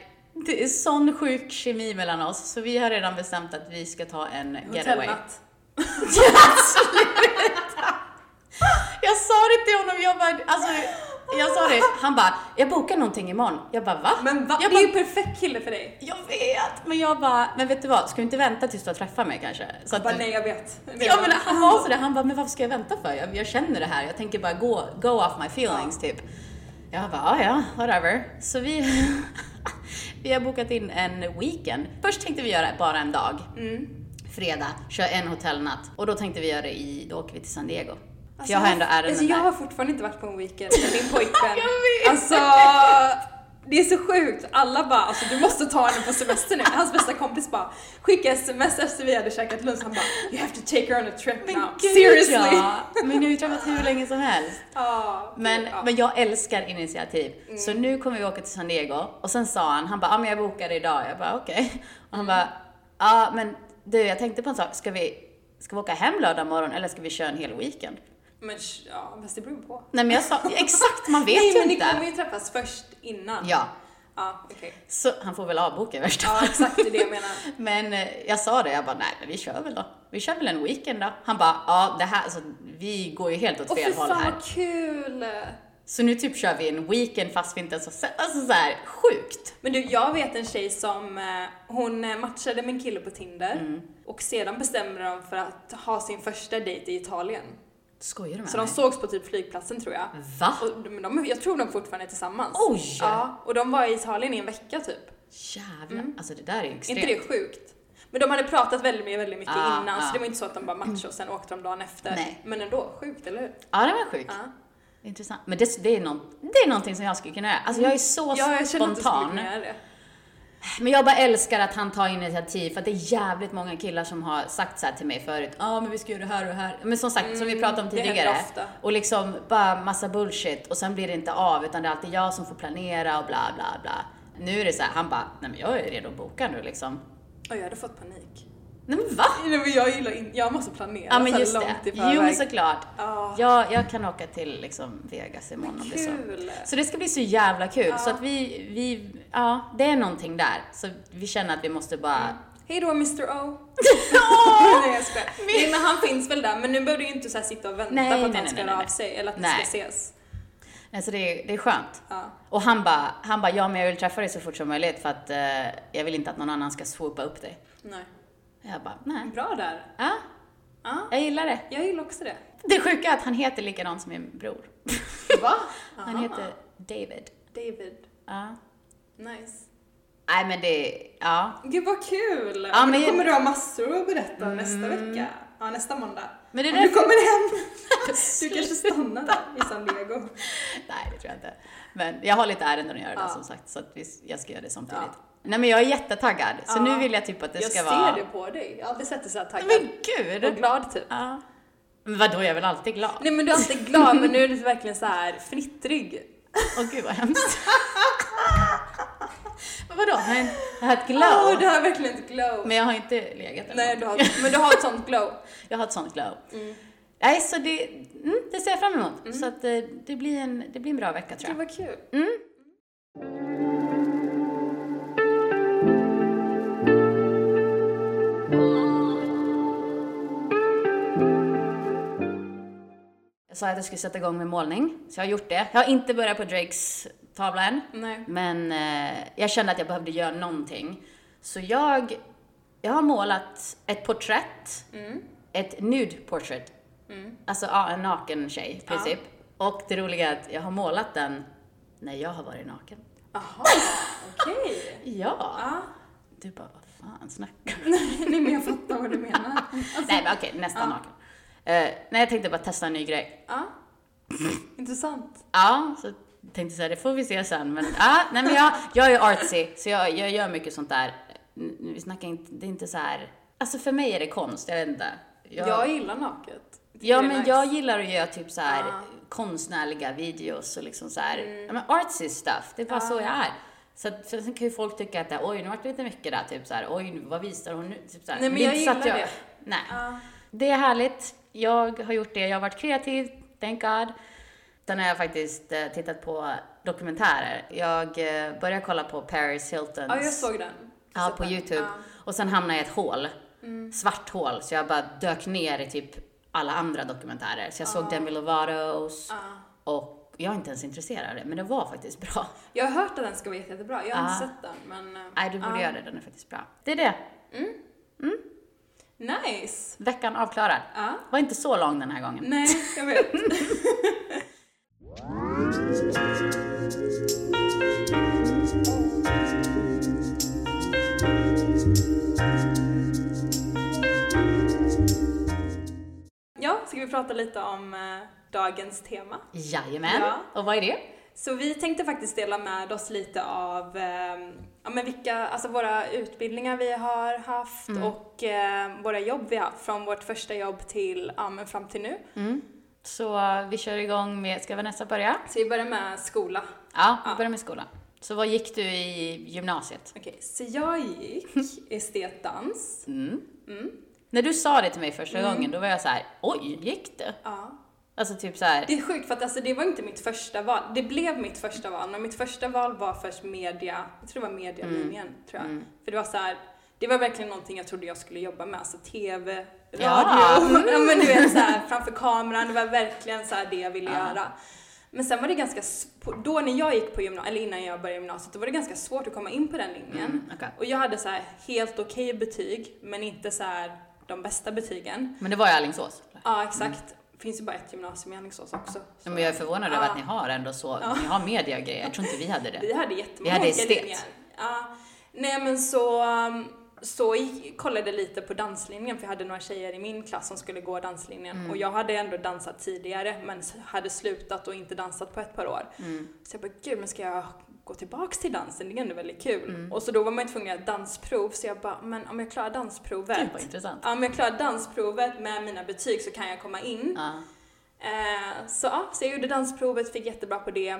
Speaker 1: det är sån sjuk kemi mellan oss så vi har redan bestämt att vi ska ta en getaway.
Speaker 2: Hotellnatt.
Speaker 1: Jag sa det till honom, jag bara, alltså, jag sa det, han bara, jag bokar någonting imorgon. Jag bara, va?
Speaker 2: Men va?
Speaker 1: Jag
Speaker 2: det är
Speaker 1: bara,
Speaker 2: ju perfekt kille för dig.
Speaker 1: jag vet! Men jag bara, men vet du vad, ska du inte vänta tills du har träffat mig kanske? Så att
Speaker 2: Bara,
Speaker 1: du-
Speaker 2: nej jag vet.
Speaker 1: Ja men han var sådär, han bara, men varför ska jag vänta för? Jag, jag känner det här, jag tänker bara gå, go off my feelings typ. Jag bara, "Ah, ja, whatever. Så vi, vi har bokat in en weekend. Först tänkte vi göra bara en dag.
Speaker 2: Mm.
Speaker 1: Fredag, köra en hotellnatt. Och då tänkte vi göra det i, då åker vi till San Diego. För jag har ändå ärenden
Speaker 2: alltså, jag
Speaker 1: där.
Speaker 2: har fortfarande inte varit på en weekend med min pojkvän.
Speaker 1: Jag vet.
Speaker 2: Alltså, det är så sjukt. Alla bara, alltså du måste ta henne på semester nu. Hans bästa kompis bara skickade sms efter vi hade käkat lunch. Han bara, you have to take her on a trip now. Seriously.
Speaker 1: Ja. Men nu har vi träffat hur länge som helst.
Speaker 2: Ja,
Speaker 1: Men,
Speaker 2: ja. Mm.
Speaker 1: men jag älskar initiativ. Så nu kommer vi åka till San Diego och sen sa han, han bara, ah, men jag bokar idag. Jag bara, okej. Och han bara, ja men du jag tänkte på en sak, ska vi, ska vi åka hem lördag morgon eller ska vi köra en hel weekend?
Speaker 2: Men sh- ja, fast det beror på.
Speaker 1: Nej men jag sa, exakt man vet
Speaker 2: Nej
Speaker 1: ju
Speaker 2: men ni
Speaker 1: inte.
Speaker 2: kommer ju träffas först innan.
Speaker 1: Ja,
Speaker 2: Ja, okej.
Speaker 1: så han får väl avboka i värsta
Speaker 2: Ja,
Speaker 1: fall.
Speaker 2: exakt det är det jag menar.
Speaker 1: Men eh, jag sa det, jag bara, nej men vi kör väl då. Vi kör väl en weekend då. Han bara, ja det här, alltså, vi går ju helt åt
Speaker 2: Åh fy
Speaker 1: fel håll
Speaker 2: fan
Speaker 1: här.
Speaker 2: vad kul!
Speaker 1: Så nu typ kör vi en weekend fast vi inte ens har sett, alltså såhär sjukt.
Speaker 2: Men du, jag vet en tjej som, eh, hon eh, matchade med en kille på Tinder
Speaker 1: Mm.
Speaker 2: och sedan bestämde de för att ha sin första dejt i Italien.
Speaker 1: Skojar du med
Speaker 2: Så
Speaker 1: mig?
Speaker 2: de sågs på typ flygplatsen tror jag.
Speaker 1: Va?
Speaker 2: Och de, de, jag tror de fortfarande är tillsammans.
Speaker 1: Mm. Oj!
Speaker 2: Ja, och de var i Italien i en vecka typ.
Speaker 1: Jävlar, alltså det där är ju
Speaker 2: Är
Speaker 1: extremt.
Speaker 2: inte det sjukt? Men de hade pratat väldigt, väldigt mycket
Speaker 1: Ja,
Speaker 2: innan så
Speaker 1: ja.
Speaker 2: det var inte så att de bara matchade och sen åkte de dagen efter.
Speaker 1: Nej.
Speaker 2: Men ändå, sjukt eller hur?
Speaker 1: Ja, det var sjukt.
Speaker 2: Ja.
Speaker 1: Intressant. Men det, det, är någon, det är någonting som jag skulle kunna göra. Alltså jag är så
Speaker 2: Mm. Ja, jag känner att du skulle
Speaker 1: spontan.
Speaker 2: kunna göra det.
Speaker 1: Men jag bara älskar att han tar initiativ för att det är jävligt många killar som har sagt så här till mig förut. Ja, men vi ska göra det här och det här. Men som sagt, som vi pratade om
Speaker 2: Mm, det händer
Speaker 1: tidigare.
Speaker 2: ofta.
Speaker 1: Och liksom bara massa bullshit och sen blir det inte av utan det är alltid jag som får planera och bla bla bla. Nu är det så här, han bara, nej men jag är redo att boka nu liksom.
Speaker 2: Och jag hade fått panik.
Speaker 1: Nej men va?
Speaker 2: Nej, men jag gillar in, jag måste planera
Speaker 1: Ah. Ja men
Speaker 2: så här
Speaker 1: just det.
Speaker 2: långt i förväg. Ah,
Speaker 1: Jo men såklart.
Speaker 2: Ja,
Speaker 1: Ja, jag kan åka till liksom Vegas imorgon om det är så.
Speaker 2: kul!
Speaker 1: Så det ska bli så jävla kul.
Speaker 2: Ja.
Speaker 1: Så att vi, vi, ja, det är någonting där. Så vi känner att vi måste bara...
Speaker 2: Hej då Mr O! Nej jag skojar. Nej men han finns väl där, men nu behöver du ju inte så här sitta och vänta
Speaker 1: Nej,
Speaker 2: på att
Speaker 1: nej,
Speaker 2: han
Speaker 1: nej,
Speaker 2: ska
Speaker 1: nej,
Speaker 2: höra
Speaker 1: nej.
Speaker 2: av sig eller att ni
Speaker 1: Nej.
Speaker 2: ska ses.
Speaker 1: Nej, så det, är- det är skönt.
Speaker 2: Ja.
Speaker 1: Och han bara, han bara, ja men jag vill träffa dig så fort som möjligt för att eh, jag vill inte att någon annan ska swoopa upp dig.
Speaker 2: Nej.
Speaker 1: Jag bara, nej.
Speaker 2: Bra där!
Speaker 1: Ja,
Speaker 2: Ja,
Speaker 1: jag gillar det.
Speaker 2: jag gillar också det.
Speaker 1: Det sjuka är att han heter likadant som min bror.
Speaker 2: Va?
Speaker 1: Han heter David.
Speaker 2: David.
Speaker 1: Ja.
Speaker 2: Nice.
Speaker 1: Nej men det, ja.
Speaker 2: Gud vad kul!
Speaker 1: Ja,
Speaker 2: men
Speaker 1: men-
Speaker 2: då kommer du ha massor att berätta nästa vecka. Ja, nästa måndag.
Speaker 1: Men det är
Speaker 2: Om du
Speaker 1: därför-
Speaker 2: kommer hem. Du kanske stannar där i San Diego.
Speaker 1: Nej, det tror jag inte. Men jag har lite ärenden att göra
Speaker 2: Ja.
Speaker 1: där som sagt, så att vi, jag ska göra det samtidigt.
Speaker 2: Ja.
Speaker 1: Nej men jag är jättetaggad, så
Speaker 2: Ja.
Speaker 1: nu vill jag typ att det
Speaker 2: jag
Speaker 1: ska
Speaker 2: ser
Speaker 1: vara...
Speaker 2: det på dig. Jag har aldrig sett dig så här taggad.
Speaker 1: Men gud!
Speaker 2: Och glad typ.
Speaker 1: Ja. Men vadå, jag är väl alltid glad?
Speaker 2: Nej men du är alltid glad men nu är du verkligen så här fnittrig.
Speaker 1: Åh gud vad hemskt. men vadå, har jag en- jag har ett glow?
Speaker 2: Åh, du har verkligen ett glow.
Speaker 1: Men jag har inte legat eller
Speaker 2: Nej,
Speaker 1: något.
Speaker 2: du har, men du har Mm. ett sånt glow.
Speaker 1: Jag har ett sånt glow. Nej, så det, mm, det ser jag fram emot. Så att eh, det blir, en, det blir en bra vecka tror
Speaker 2: Gud
Speaker 1: jag.
Speaker 2: vad kul.
Speaker 1: Jag sa att jag skulle sätta igång med målning, så jag har gjort det. Jag har inte börjat på Drakes tavla än.
Speaker 2: Nej.
Speaker 1: Men eh, jag kände att jag behövde göra någonting. Så jag, jag har målat ett porträtt, ett nude portrait. Alltså ja, en naken tjej i princip. Och det roliga är att jag har målat den när jag har varit naken.
Speaker 2: Jaha, okej.
Speaker 1: Ja!
Speaker 2: Ja.
Speaker 1: Du bara, vad fan snackar du
Speaker 2: Nej men jag fattar vad du menar.
Speaker 1: Nej men okej, nästan naken. Eh, nej jag tänkte bara testa en ny grej.
Speaker 2: Ja. Ah. Intressant.
Speaker 1: Ja, så tänkte jag så här, det får vi se sen. Men, ja, nej, men jag, jag är artsy, så jag, jag gör mycket sånt där. N- Vi snackar inte, det är inte så här... Alltså för mig är det konst, jag vet inte. Jag,
Speaker 2: Jag gillar naket. Jag tycker
Speaker 1: ja,
Speaker 2: det är
Speaker 1: men
Speaker 2: nice.
Speaker 1: jag gillar att göra typ så här
Speaker 2: Ja. Mm.
Speaker 1: konstnärliga videos och liksom så här, ja, men artsy stuff. Det är bara så jag är. Så att, för sen kan ju folk tycka att oj, nu vart det lite mycket där, typ så här, oj, nu- vad visar hon nu? Typ så här.
Speaker 2: Nej, men
Speaker 1: det är
Speaker 2: jag
Speaker 1: inte så att
Speaker 2: gillar det.
Speaker 1: Nej.
Speaker 2: Ja.
Speaker 1: Det är härligt. Jag har gjort det. Jag har varit kreativ, thank God. Sen har jag faktiskt eh, tittat på dokumentärer. Jag eh, började kolla på Paris Hiltons...
Speaker 2: Ja, jag såg den.
Speaker 1: Ja, på YouTube. Och sen hamnade jag i ett hål.
Speaker 2: Mm.
Speaker 1: Svart hål. Så jag bara dök ner i typ alla andra dokumentärer. Så jag såg Demi Lovatos. Och jag är inte ens intresserad av det, men det var faktiskt bra.
Speaker 2: Jag har hört att den ska vara jätte, jättebra. Jag har inte
Speaker 1: Ja.
Speaker 2: sett den, men... eh,
Speaker 1: Nej, du borde
Speaker 2: ja.
Speaker 1: göra det. Den är faktiskt bra. Det är det.
Speaker 2: Nice!
Speaker 1: Veckan avklarad.
Speaker 2: Ja.
Speaker 1: Var inte så lång den här gången.
Speaker 2: Nej, jag vet. ja, ska vi prata lite om eh, dagens tema?
Speaker 1: Jajamän.
Speaker 2: Ja.
Speaker 1: Och vad är det?
Speaker 2: Så vi tänkte faktiskt dela med oss lite av eh, ja, men vilka, alltså våra utbildningar vi har haft och eh, våra jobb vi har haft. Från vårt första jobb till ja, men fram till nu.
Speaker 1: Så eh, vi kör igång med, ska Vanessa börja?
Speaker 2: Så vi börjar med skola.
Speaker 1: Ja, vi börjar med skolan. Så vad gick du i gymnasiet?
Speaker 2: Okej, så jag gick estetdans.
Speaker 1: När du sa det till mig första gången, då var jag så här, oj, gick det?
Speaker 2: Mm. Ja.
Speaker 1: Alltså typ så här,
Speaker 2: Det är sjukt för att alltså, det var inte mitt första val. Det blev mitt första val, men mitt första val var först media, jag tror det var medialinjen, tror jag. För det var så här, det var verkligen någonting jag trodde jag skulle jobba med, alltså TV, radio,
Speaker 1: Ja.
Speaker 2: ja. men du vet så här, framför kameran, det var verkligen så här det jag ville göra. Men sen var det ganska, sp- då när jag gick på gymnasiet, eller innan jag började gymnasiet, då var det ganska svårt att komma in på den linjen.
Speaker 1: Mm, okej.
Speaker 2: Och jag hade så här helt okej betyg, men inte så här de bästa betygen.
Speaker 1: men det var ju Alingsås.
Speaker 2: Ja, exakt. finns ju bara ett gymnasium i Alingsås också. Så.
Speaker 1: Men jag är förvånad över
Speaker 2: Ja.
Speaker 1: att ni har ändå så, ni har media och grejer, jag tror inte vi hade
Speaker 2: Vi
Speaker 1: det.
Speaker 2: hade jättemånga
Speaker 1: Vi hade
Speaker 2: olika
Speaker 1: estet.
Speaker 2: linjer. Ja. Nej men så, um, så gick- kollade lite på danslinjen för jag hade några tjejer i min klass som skulle gå danslinjen
Speaker 1: Mm.
Speaker 2: och jag hade ändå dansat tidigare men s- hade slutat och inte dansat på ett par år.
Speaker 1: Mm.
Speaker 2: Så jag bara, gud men ska jag gå tillbaks till dansen? Det är ändå väldigt kul.
Speaker 1: Mm.
Speaker 2: Och så då var man ju tvungen att göra dansprov så jag bara, men om jag klarar
Speaker 1: Gud
Speaker 2: dansprovet,
Speaker 1: vad intressant.
Speaker 2: ja, om jag klarar dansprovet med mina betyg så kan jag komma in.
Speaker 1: Ja.
Speaker 2: Eh, så, ja, så jag gjorde dansprovet, fick jättebra på det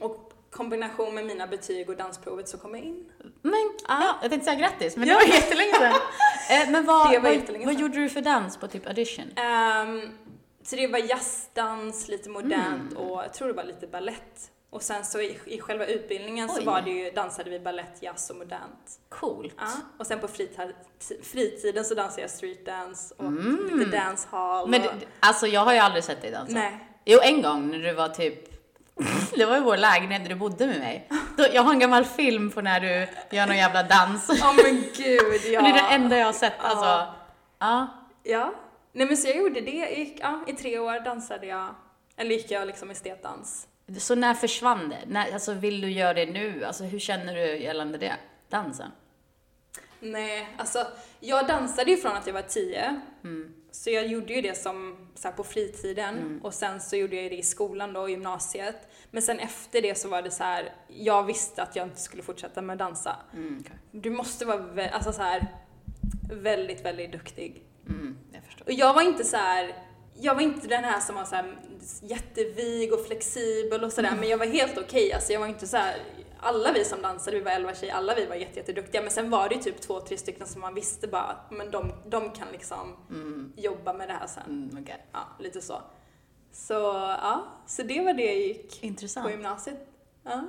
Speaker 2: och kombination med mina betyg och dansprovet så kom jag in.
Speaker 1: Men, ja, jag tänkte säga grattis, men
Speaker 2: Ah. Ja.
Speaker 1: det var jättelänge sedan. Eh, men vad,
Speaker 2: Det var
Speaker 1: vad,
Speaker 2: jättelänge
Speaker 1: vad
Speaker 2: sedan.
Speaker 1: gjorde du för dans på typ audition?
Speaker 2: Ehm, så det var jazzdans, lite modernt
Speaker 1: Mm.
Speaker 2: och jag tror det var lite ballett. Och sen så i, i själva utbildningen så
Speaker 1: Oj.
Speaker 2: var det ju, dansade vi ballett, jazz och modernt.
Speaker 1: Coolt.
Speaker 2: Ja. Och sen på fritid, fritiden så dansade jag streetdance och lite dancehall.
Speaker 1: Mm. Men
Speaker 2: och,
Speaker 1: du- alltså jag har ju aldrig sett dig dansa.
Speaker 2: nej.
Speaker 1: Jo, en gång när du var typ det var i vår lägenhet där du bodde med mig. Då, jag har en gammal film på när du gör någon jävla dans.
Speaker 2: Åh men gud ja.
Speaker 1: Men Det är det enda jag har sett.
Speaker 2: Ja.
Speaker 1: Alltså, ja.
Speaker 2: Ja. Nej men så jag gjorde det, jag gick, ja, i tre år dansade jag, eller gick jag liksom estetdans.
Speaker 1: Så när försvann det? När, alltså, vill du göra det nu? Alltså, hur känner du gällande det? Dansen?
Speaker 2: Nej, alltså jag dansade ju från att jag var tio. Så jag gjorde ju det som, så här, på fritiden och sen så gjorde jag det i skolan då, i gymnasiet. Men sen efter det så var det så här, jag visste att jag inte skulle fortsätta med att dansa.
Speaker 1: Mm, okay.
Speaker 2: Du måste vara vä- alltså, så här, väldigt, väldigt duktig.
Speaker 1: mm, jag förstår.
Speaker 2: Och jag var inte så här. Jag var inte den här som var så här jättevig och flexibel och
Speaker 1: Mm.
Speaker 2: sådär, men jag var helt okej. Alltså jag var inte så här. Alla vi som dansade, vi var 11 tjejer, alla vi var jätte, jätteduktiga. Men sen var det ju typ två, tre stycken som man visste bara, men de, de kan liksom jobba med det här sen.
Speaker 1: Mm, okay.
Speaker 2: Ja, lite så. Så ja, så det var det jag gick på
Speaker 1: Intressant.
Speaker 2: gymnasiet. Ja.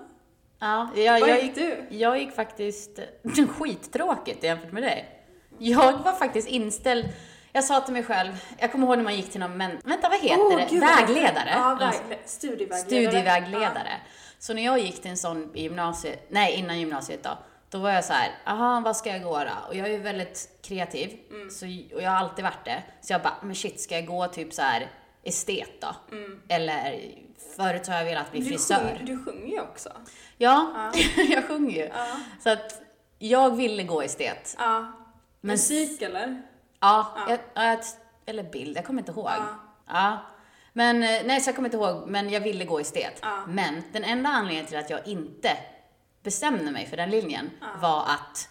Speaker 1: Ja, jag,
Speaker 2: Vad
Speaker 1: jag,
Speaker 2: gick
Speaker 1: gick,
Speaker 2: du?
Speaker 1: jag gick faktiskt skittråkigt jämfört med dig. Jag var faktiskt inställd. Jag sa till mig själv, jag kommer ihåg när man gick till någon, men, vänta vad heter
Speaker 2: Åh,
Speaker 1: det?
Speaker 2: gud, vad heter det?
Speaker 1: vägledare?
Speaker 2: Ja,
Speaker 1: Eller
Speaker 2: vägle- studievägledare.
Speaker 1: studievägledare. Så när jag gick till en sån i gymnasiet, nej innan gymnasiet då, då var jag så här, aha vad ska jag gå då? Och jag är ju väldigt kreativ,
Speaker 2: Mm.
Speaker 1: så, och jag har alltid varit det. Så jag bara, men shit ska jag gå typ så här estet då? Eller förut så har jag velat
Speaker 2: Ja.
Speaker 1: bli
Speaker 2: Mm. Du,
Speaker 1: frisör.
Speaker 2: sjung, du sjunger ju också.
Speaker 1: Ja, jag sjunger ju.
Speaker 2: Ja.
Speaker 1: Så att jag ville gå estet.
Speaker 2: Ja.
Speaker 1: Men-
Speaker 2: Musik eller?
Speaker 1: Ja, Jag, ja, jag, eller bild, jag kommer inte ihåg. Ja. Men, eh, nej, så jag kommer inte ihåg, men jag ville gå estet. Men den enda anledningen till att jag inte bestämde mig för den linjen var att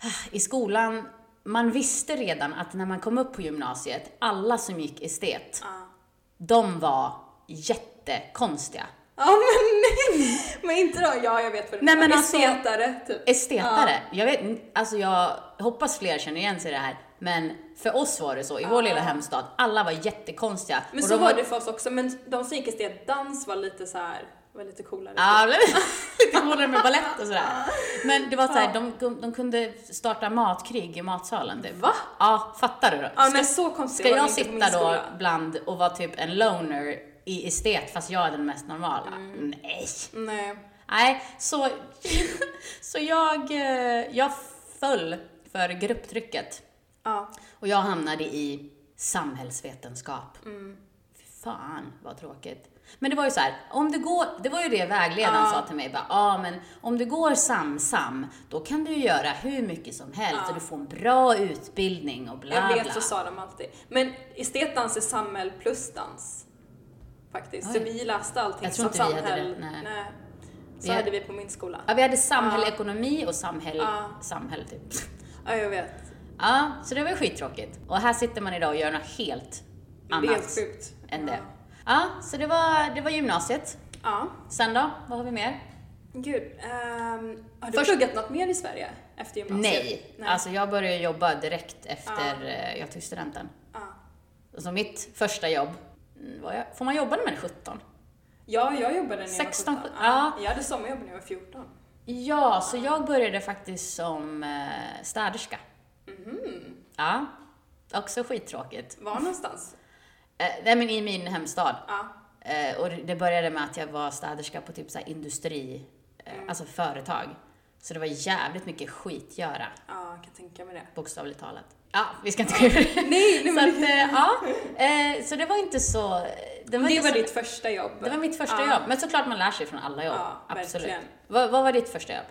Speaker 1: ah, i skolan, man visste redan att när man kom upp på gymnasiet, alla som gick estet,
Speaker 2: Ja.
Speaker 1: de var jättekonstiga.
Speaker 2: Ja men nej! Men inte då, ja jag vet vad du
Speaker 1: Nej,
Speaker 2: menar.
Speaker 1: men alltså-
Speaker 2: Estetare, typ.
Speaker 1: Estetare. Jag, vet, alltså jag hoppas fler känner igen sig i det här. Men för oss var det så, i vår lilla hemstad, alla var jättekonstiga.
Speaker 2: Men
Speaker 1: Och
Speaker 2: så
Speaker 1: de
Speaker 2: var det för oss också, men de som gick estet dans var lite så här, var lite coolare.
Speaker 1: Ja, men- lite hårdare Typ med balett och sådär. Men det var såhär, de, de kunde starta matkrig i matsalen typ.
Speaker 2: Va?
Speaker 1: Ja, fattar du då?
Speaker 2: Ja men så konstigt
Speaker 1: Ska
Speaker 2: var det
Speaker 1: jag
Speaker 2: inte på min
Speaker 1: sitta då
Speaker 2: skola.
Speaker 1: bland och vara typ en loner i estet fast jag är den mest normala?
Speaker 2: Mm.
Speaker 1: Nej.
Speaker 2: Nej.
Speaker 1: Nej, så, så jag, eh, jag föll för grupptrycket.
Speaker 2: Ja.
Speaker 1: Och jag hamnade i samhällsvetenskap.
Speaker 2: Mm.
Speaker 1: Fy fan vad tråkigt. Men det var ju så här, om du går, det var ju det vägledaren sa till mig, bara, ah, men om du går sam-sam, då kan du ju göra hur mycket som helst och du får en bra utbildning och bla
Speaker 2: Jag vet,
Speaker 1: bla.
Speaker 2: så sa de alltid. Men estetdans är samhäll plus dans. Faktiskt. Så
Speaker 1: Oj.
Speaker 2: vi läste allting
Speaker 1: Jag tror
Speaker 2: som
Speaker 1: inte vi hade
Speaker 2: samhäll.
Speaker 1: det, nej.
Speaker 2: Så
Speaker 1: Vi-
Speaker 2: hade vi på min skola.
Speaker 1: Ja, vi hade samhällsekonomi och samhäll,
Speaker 2: Ja.
Speaker 1: samhäll typ.
Speaker 2: Ja, jag vet.
Speaker 1: Ja, så det var ju skittråkigt. Och här sitter man idag och gör något helt
Speaker 2: Det är
Speaker 1: annat
Speaker 2: helt sjukt.
Speaker 1: än det. Ja, så det var, det var gymnasiet.
Speaker 2: Ja.
Speaker 1: Sen då? Vad har vi mer?
Speaker 2: Gud, ehm, har du
Speaker 1: Först-
Speaker 2: pluggat något mer i Sverige efter gymnasiet?
Speaker 1: Nej. alltså jag började jobba direkt efter eh, jag tog studenten.
Speaker 2: Ja.
Speaker 1: Så mitt första jobb, mm, var jag, får man jobba när man är 17?
Speaker 2: Ja, jag jobbade när
Speaker 1: 16,
Speaker 2: jag var 17.
Speaker 1: ja.
Speaker 2: Jag hade sommarjobb när jag var 14.
Speaker 1: Ja, så jag började faktiskt som eh, städerska. Mm-hmm. Ja, också skittråkigt.
Speaker 2: Var någonstans?
Speaker 1: Eh, nej men i min hemstad.
Speaker 2: Ja.
Speaker 1: Eh, och det började med att jag var städerska på typ så här industri, eh, alltså företag. Så det var jävligt mycket skitgöra,
Speaker 2: Ja, jag kan tänka mig det.
Speaker 1: bokstavligt talat. Ja, vi ska inte gå över det.
Speaker 2: Nej, nej
Speaker 1: Så, att,
Speaker 2: men
Speaker 1: eh, ja, eh, så det var inte så... Det var,
Speaker 2: det
Speaker 1: inte
Speaker 2: var
Speaker 1: så,
Speaker 2: ditt första jobb.
Speaker 1: det var mitt första
Speaker 2: Ja.
Speaker 1: jobb. Men såklart man lär sig från alla jobb.
Speaker 2: Ja,
Speaker 1: Absolut.
Speaker 2: verkligen.
Speaker 1: Vad, vad var ditt första jobb?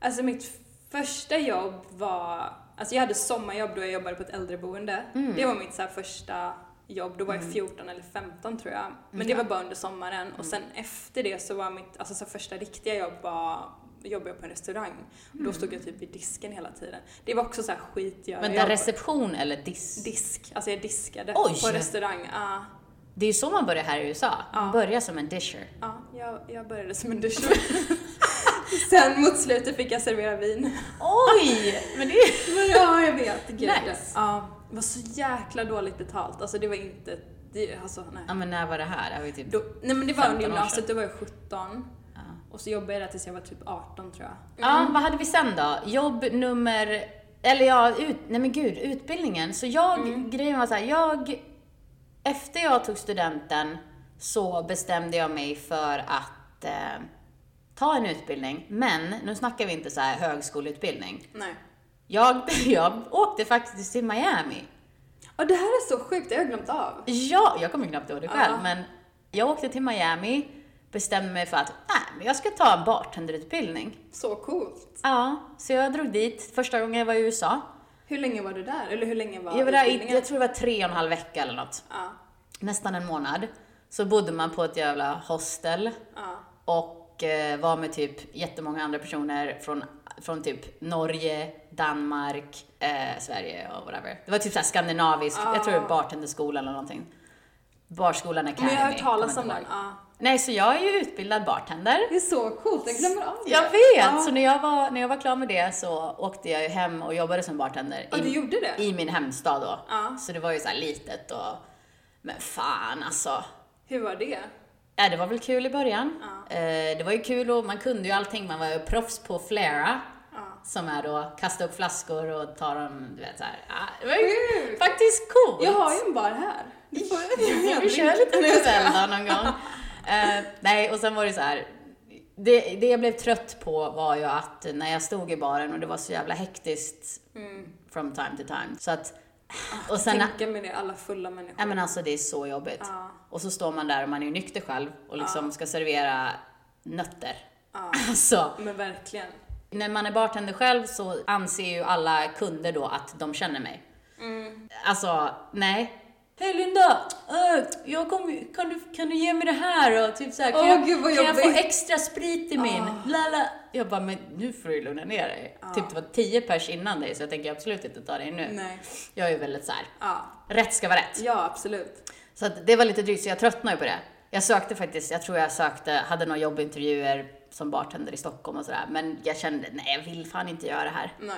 Speaker 2: Alltså mitt första jobb var... Alltså jag hade sommarjobb då jag jobbade på ett äldreboende. Det var mitt så här första jobb. Då var jag 14 eller 15 tror jag. Men det var bara under sommaren. Och sen efter det så var mitt alltså så första riktiga jobb var jobbade jag på en restaurang. Då stod jag typ i disken hela tiden. Det var också så här skitgöra
Speaker 1: Men där
Speaker 2: jobb.
Speaker 1: reception eller diss?
Speaker 2: Disk. Alltså jag diskade
Speaker 1: Oj!
Speaker 2: på restaurang. Ja,
Speaker 1: Det är ju så man börjar här i USA. Man börjar som en disher.
Speaker 2: ja, jag Jag, jag började som en duschman. Sen mot slutet fick jag servera vin.
Speaker 1: Oj! Men det är
Speaker 2: Men ja, jag vet. Gud.
Speaker 1: Nice.
Speaker 2: Ja, det var så jäkla dåligt betalt. Alltså det var inte... Det, alltså, nej.
Speaker 1: Ja men när var det här? Det var ju typ...
Speaker 2: Då, nej men det var
Speaker 1: 15 år sedan.
Speaker 2: under gymnasiet, då var jag 17.
Speaker 1: Ja.
Speaker 2: Och så jobbade jag där tills jag var typ 18 tror jag.
Speaker 1: ja, vad hade vi sen då? Jobb nummer... Eller ja, ut, nej men gud, utbildningen. Så jag, grejen var så här, jag... Efter jag tog studenten så bestämde jag mig för att eh, ta en utbildning. Men, nu snackar vi inte så här högskoleutbildning.
Speaker 2: Nej.
Speaker 1: Jag, jag åkte faktiskt till Miami.
Speaker 2: Och det här är så sjukt, det har jag glömt av.
Speaker 1: Ja, jag kommer knappt ihåg det själv,
Speaker 2: Ja.
Speaker 1: men jag åkte till Miami, bestämde mig för att nej, men jag ska ta en bartenderutbildning.
Speaker 2: Så coolt.
Speaker 1: Ja, så jag drog dit första gången jag var i USA.
Speaker 2: Hur länge var du där? Eller hur länge var
Speaker 1: Jag, var där, i-
Speaker 2: utbildningen?
Speaker 1: jag tror det var tre och en halv vecka eller något,
Speaker 2: Ja,
Speaker 1: nästan en månad. Så bodde man på ett jävla hostel
Speaker 2: ja.
Speaker 1: och eh, var med typ jättemånga andra personer från, från typ Norge, Danmark, eh, Sverige och whatever. Det var typ såhär skandinavisk, jag tror det var bartenderskola eller någonting. Barskolan Academy.
Speaker 2: Ah. Men jag har hört
Speaker 1: kommer
Speaker 2: talas
Speaker 1: inte
Speaker 2: om
Speaker 1: ihåg.
Speaker 2: den. Ja.
Speaker 1: Nej, så jag är ju utbildad bartender.
Speaker 2: Det är så coolt, jag glömmer av det.
Speaker 1: Jag vet!
Speaker 2: Ja.
Speaker 1: Så när jag, var, när jag var klar med det så åkte jag ju hem och jobbade som bartender
Speaker 2: Ja, du
Speaker 1: i,
Speaker 2: gjorde det?
Speaker 1: i min hemstad då.
Speaker 2: Ja.
Speaker 1: Så det var ju så här litet och... Men fan alltså.
Speaker 2: Hur var det?
Speaker 1: Ja, det var väl kul i början. Eh, det var ju kul och man kunde ju allting. Man var ju proffs på att flera.
Speaker 2: Ja.
Speaker 1: Som är då kasta upp flaskor och ta dem, du vet såhär. Ja, det var ju faktiskt coolt.
Speaker 2: Jag har ju en bar här. Du får
Speaker 1: Alltså, Vi får köra lite ikväll då någon gång. Eh, nej, och sen var det så här. Det, det jag blev trött på var ju att när jag stod i baren och det var så jävla hektiskt from time to time. Så att, och sen,
Speaker 2: Tänka med det, alla fulla människor.
Speaker 1: nej men alltså det är så jobbigt.
Speaker 2: Ja.
Speaker 1: Och så står man där och man är ju nykter själv och liksom ska servera nötter. Alltså,
Speaker 2: Men verkligen.
Speaker 1: när man är bartender själv så anser ju alla kunder då att de känner mig.
Speaker 2: Mm.
Speaker 1: Alltså, nej. Hej Linda! eh, jag kommer- kan, du, kan du ge mig det här? Och typ så här, kan,
Speaker 2: Åh,
Speaker 1: jag,
Speaker 2: gud, vad
Speaker 1: kan jag få
Speaker 2: jobbigt. Ah.
Speaker 1: extra sprit i min? Lala. Jag bara, men nu får du lugna ner dig. Typ det var 10 pers innan dig så jag tänker absolut inte ta dig nu.
Speaker 2: Nej.
Speaker 1: Jag är ju väldigt så här.
Speaker 2: Ja.
Speaker 1: rätt ska vara rätt.
Speaker 2: Ja, absolut.
Speaker 1: Så att det var lite drygt, så jag tröttnade ju på det. Jag sökte faktiskt, jag tror jag sökte, hade några jobbintervjuer som bartender i Stockholm och sådär. Men jag kände, nej jag vill fan inte göra det här.
Speaker 2: Nej.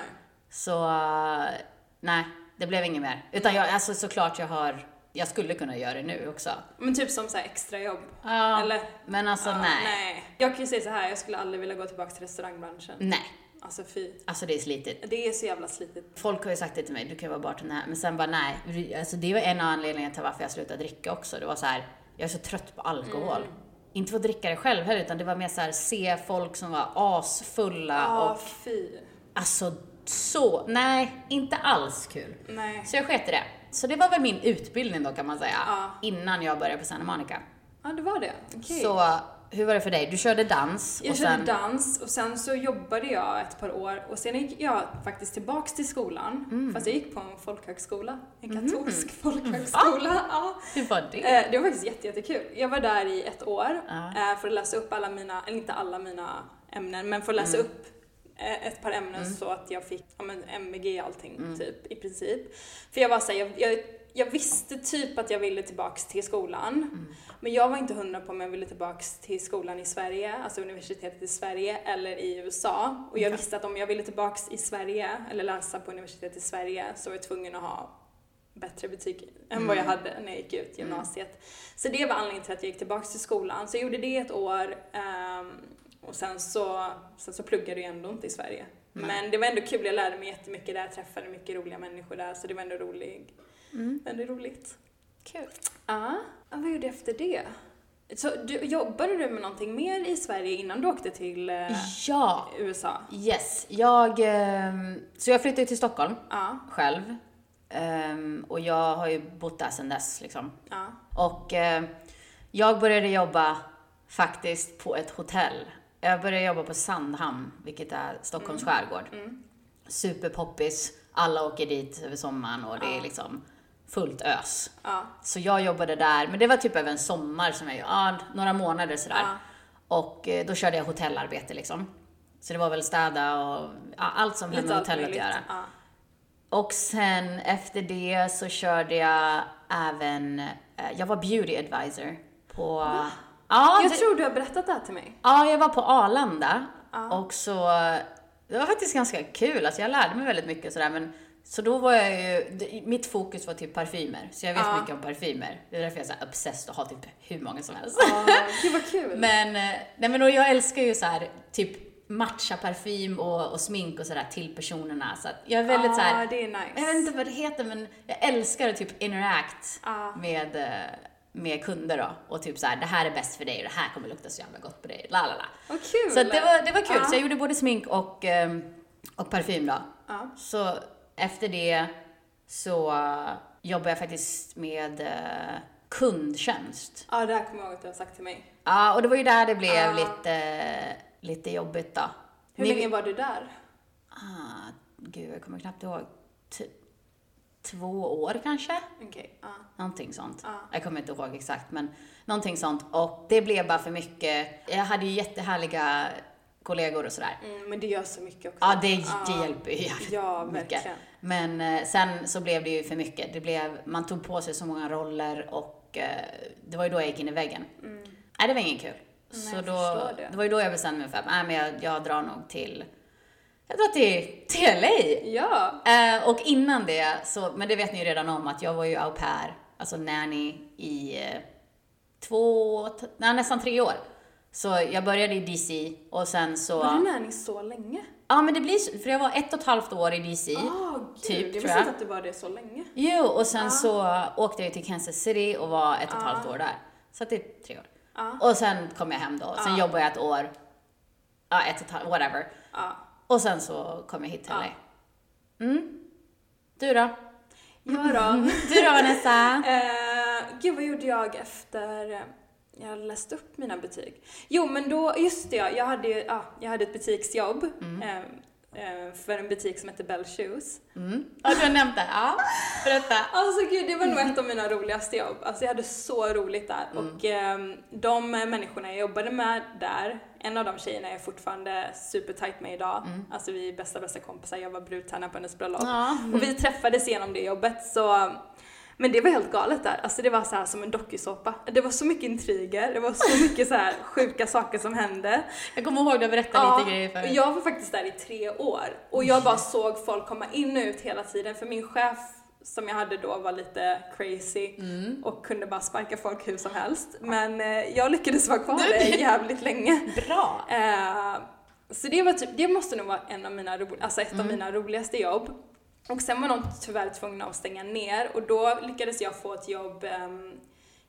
Speaker 1: Så eh, nej, det blev inget mer. Utan jag, alltså såklart jag har, jag skulle kunna göra det nu också.
Speaker 2: Men typ som så här extrajobb.
Speaker 1: Ja,
Speaker 2: Eller?
Speaker 1: Men alltså
Speaker 2: Ja,
Speaker 1: nej. nej.
Speaker 2: nej. Jag kan ju säga så här, jag skulle aldrig vilja gå tillbaka till
Speaker 1: Mm.
Speaker 2: restaurangbranschen. Alltså fy.
Speaker 1: alltså det är slitigt.
Speaker 2: Det är så jävla slitigt.
Speaker 1: Folk har ju sagt det till mig, du kan ju vara bartender här. Men sen bara nej. Alltså det var en av anledningarna till varför jag slutade dricka också. Det var så här, jag är så trött på alkohol.
Speaker 2: Mm.
Speaker 1: Inte för att dricka det själv heller, utan det var mer så här, se folk som var asfulla
Speaker 2: Ja,
Speaker 1: och
Speaker 2: fy.
Speaker 1: alltså så, nej, inte alls kul.
Speaker 2: Nej.
Speaker 1: Så jag sket i det. Så det var väl min utbildning då kan man säga,
Speaker 2: Ja.
Speaker 1: innan jag började på Santa Monica.
Speaker 2: Ja, det var det. Okej.
Speaker 1: Så hur var det för dig? Du körde dans
Speaker 2: Jag
Speaker 1: och
Speaker 2: körde
Speaker 1: sen...
Speaker 2: dans och sen så jobbade jag ett par år och sen gick jag faktiskt tillbaks till skolan.
Speaker 1: Mm.
Speaker 2: Fast jag gick på en folkhögskola. En katolsk folkhögskola. Ja.
Speaker 1: Hur var det?
Speaker 2: Eh, Det var faktiskt jätte- jättekul. Jag var där i ett år
Speaker 1: Ja.
Speaker 2: eh, för att läsa upp alla mina, eller inte alla mina ämnen, men för att läsa upp eh, ett par ämnen så att jag fick ja, men, MVG och allting typ, i princip. För jag var såhär, jag, jag, jag visste typ att jag ville tillbaks till skolan. Men jag var inte hundra på om jag ville tillbaks till skolan i Sverige, alltså universitetet i Sverige eller i USA. Och jag visste att om jag ville tillbaks i Sverige, eller läsa på universitetet i Sverige, så var jag tvungen att ha bättre betyg än vad jag hade när jag gick ut gymnasiet. Så det var anledningen till att jag gick tillbaka till skolan. Så jag gjorde det ett år ehm, och sen så, sen så pluggade jag ändå inte i Sverige. Men det var ändå kul, jag lärde mig jättemycket där, träffade mycket roliga människor där så det var ändå, rolig,
Speaker 1: Mm.
Speaker 2: ändå roligt.
Speaker 1: Kul.
Speaker 2: Ja, vad gjorde jag efter det? Så du, jobbade du med någonting mer i Sverige innan du åkte till eh,
Speaker 1: Ja,
Speaker 2: USA?
Speaker 1: yes. Jag... ehm, Så jag flyttade ju till Stockholm.
Speaker 2: Ja,
Speaker 1: själv. Ehm, och jag har ju bott där sedan dess liksom.
Speaker 2: ja,
Speaker 1: Och eh, jag började jobba faktiskt på ett hotell. Jag började jobba på Sandhamn, vilket är Stockholms
Speaker 2: Mm.
Speaker 1: skärgård. Superpoppis, alla åker dit över sommaren och det är liksom fullt ös.
Speaker 2: ja,
Speaker 1: Så jag jobbade där, men det var typ över en sommar som jag, ja, några månader sådär. Och eh, då körde jag hotellarbete liksom. Så det var väl städa och ja, allt som har
Speaker 2: lite
Speaker 1: med
Speaker 2: allt
Speaker 1: hotellet att
Speaker 2: möjligt.
Speaker 1: göra.
Speaker 2: Ja.
Speaker 1: Och sen efter det så körde jag även, eh, jag var beauty advisor på, Ja,
Speaker 2: Jag
Speaker 1: det-
Speaker 2: tror du har berättat det här till mig.
Speaker 1: Ja, jag var på Arlanda
Speaker 2: Ja.
Speaker 1: och så, det var faktiskt ganska kul, alltså jag lärde mig väldigt mycket och sådär men så då var jag ju, det- mitt fokus var typ parfymer, så jag vet
Speaker 2: Ja.
Speaker 1: mycket om parfymer. Det är därför jag är så här obsessed och har typ hur många som helst.
Speaker 2: Gud vad kul.
Speaker 1: Men, eh, nej men och jag älskar ju så här typ matcha parfym och, och smink och sådär till personerna så att jag är väldigt så
Speaker 2: Ja,
Speaker 1: här,
Speaker 2: det är
Speaker 1: jag vet
Speaker 2: nice.
Speaker 1: inte vad det heter men jag älskar att typ interact
Speaker 2: Ja.
Speaker 1: med, eh, med kunder då och typ så här, det här är bäst för dig och det här kommer lukta så jävla gott på dig, la la la.
Speaker 2: Vad kul.
Speaker 1: Så att det, var, det var kul.
Speaker 2: Ja.
Speaker 1: Så jag gjorde både smink och, ehm, och parfym då.
Speaker 2: Ja.
Speaker 1: Så efter det så eh, jobbade jag faktiskt med eh, kundtjänst.
Speaker 2: Ja, det här kommer jag ihåg att du har sagt till mig.
Speaker 1: Ja, och det var ju där det blev
Speaker 2: Ja.
Speaker 1: lite, lite jobbigt då.
Speaker 2: Hur
Speaker 1: Ni-
Speaker 2: länge var du där?
Speaker 1: Ah, gud, jag kommer knappt ihåg. T- två år kanske?
Speaker 2: Okej. ja.
Speaker 1: Någonting sånt.
Speaker 2: Ja.
Speaker 1: Jag kommer inte ihåg exakt, men någonting sånt. Och det blev bara för mycket. Jag hade ju jättehärliga kollegor och sådär.
Speaker 2: Mm, men det gör så mycket också.
Speaker 1: Ja, det, det
Speaker 2: Ja.
Speaker 1: hjälper ju jävligt
Speaker 2: Ja,
Speaker 1: mycket.
Speaker 2: verkligen.
Speaker 1: Men eh, sen så blev det ju för mycket. Det blev, man tog på sig så många roller och eh, det var ju då jag gick in i väggen. Nej, det var ingen kul. så
Speaker 2: Mm. jag
Speaker 1: då,
Speaker 2: förstår det.
Speaker 1: var ju då jag bestämde mig för att nej, men jag, jag drar nog till, jag drar till, till LA.
Speaker 2: Ja.
Speaker 1: Eh, och innan det, så, men det vet ni ju redan om att jag var ju au pair, alltså nanny i eh, två, t- nej, nästan tre år. Så jag började i DC och sen så...
Speaker 2: Var du nanny så länge?
Speaker 1: Ja men det blir så, för jag var ett och ett halvt år i DC.
Speaker 2: Ah, gud.
Speaker 1: typ,
Speaker 2: jag
Speaker 1: tror
Speaker 2: visste
Speaker 1: jag.
Speaker 2: inte att du var det så länge.
Speaker 1: Jo, och sen så åkte jag till Kansas City och var ett och ett halvt år där. Så att det är tre år.
Speaker 2: Ja.
Speaker 1: Och sen kom jag hem då, sen jobbade jag ett år. Ja, ett och ett halvt, whatever.
Speaker 2: Ja.
Speaker 1: Och sen så kom jag hit till LA. Mm. Du då?
Speaker 2: Ja då.
Speaker 1: Du då Vanessa?
Speaker 2: Eh, gud, vad gjorde jag efter eh, jag läste upp mina betyg? Jo, men då, just det ja, jag hade ju, ja, jag hade ett butiksjobb eh, eh, för en butik som hette Bell Shoes.
Speaker 1: Mm. Ja, du har nämnt det. Ja, berätta.
Speaker 2: Alltså gud, det var nog ett av mina roligaste jobb. Alltså jag hade så roligt där. Och ehm, de människorna jag jobbade med där, en av de tjejerna är jag fortfarande supertight med idag. Alltså vi är bästa bästa kompisar, jag var brudtärna på hennes bröllop.
Speaker 1: Ja.
Speaker 2: Och vi träffades genom det jobbet så men det var helt galet där. Alltså det var så här som en dokusåpa. Det var så mycket intriger, det var så mycket så här sjuka saker som hände.
Speaker 1: Jag kommer ihåg du berättade
Speaker 2: Ja,
Speaker 1: lite grejer förut.
Speaker 2: Jag var faktiskt där i tre år och jag bara såg folk komma in och ut hela tiden för min chef som jag hade då var lite crazy
Speaker 1: Mm.
Speaker 2: och kunde bara sparka folk hur som helst. Men eh, jag lyckades vara kvar där jävligt länge.
Speaker 1: Bra!
Speaker 2: Eh, så det var typ, det måste nog vara en av mina ro, alltså ett av mina roligaste jobb. Och sen var de tyvärr tvungna att stänga ner och då lyckades jag få ett jobb ehm,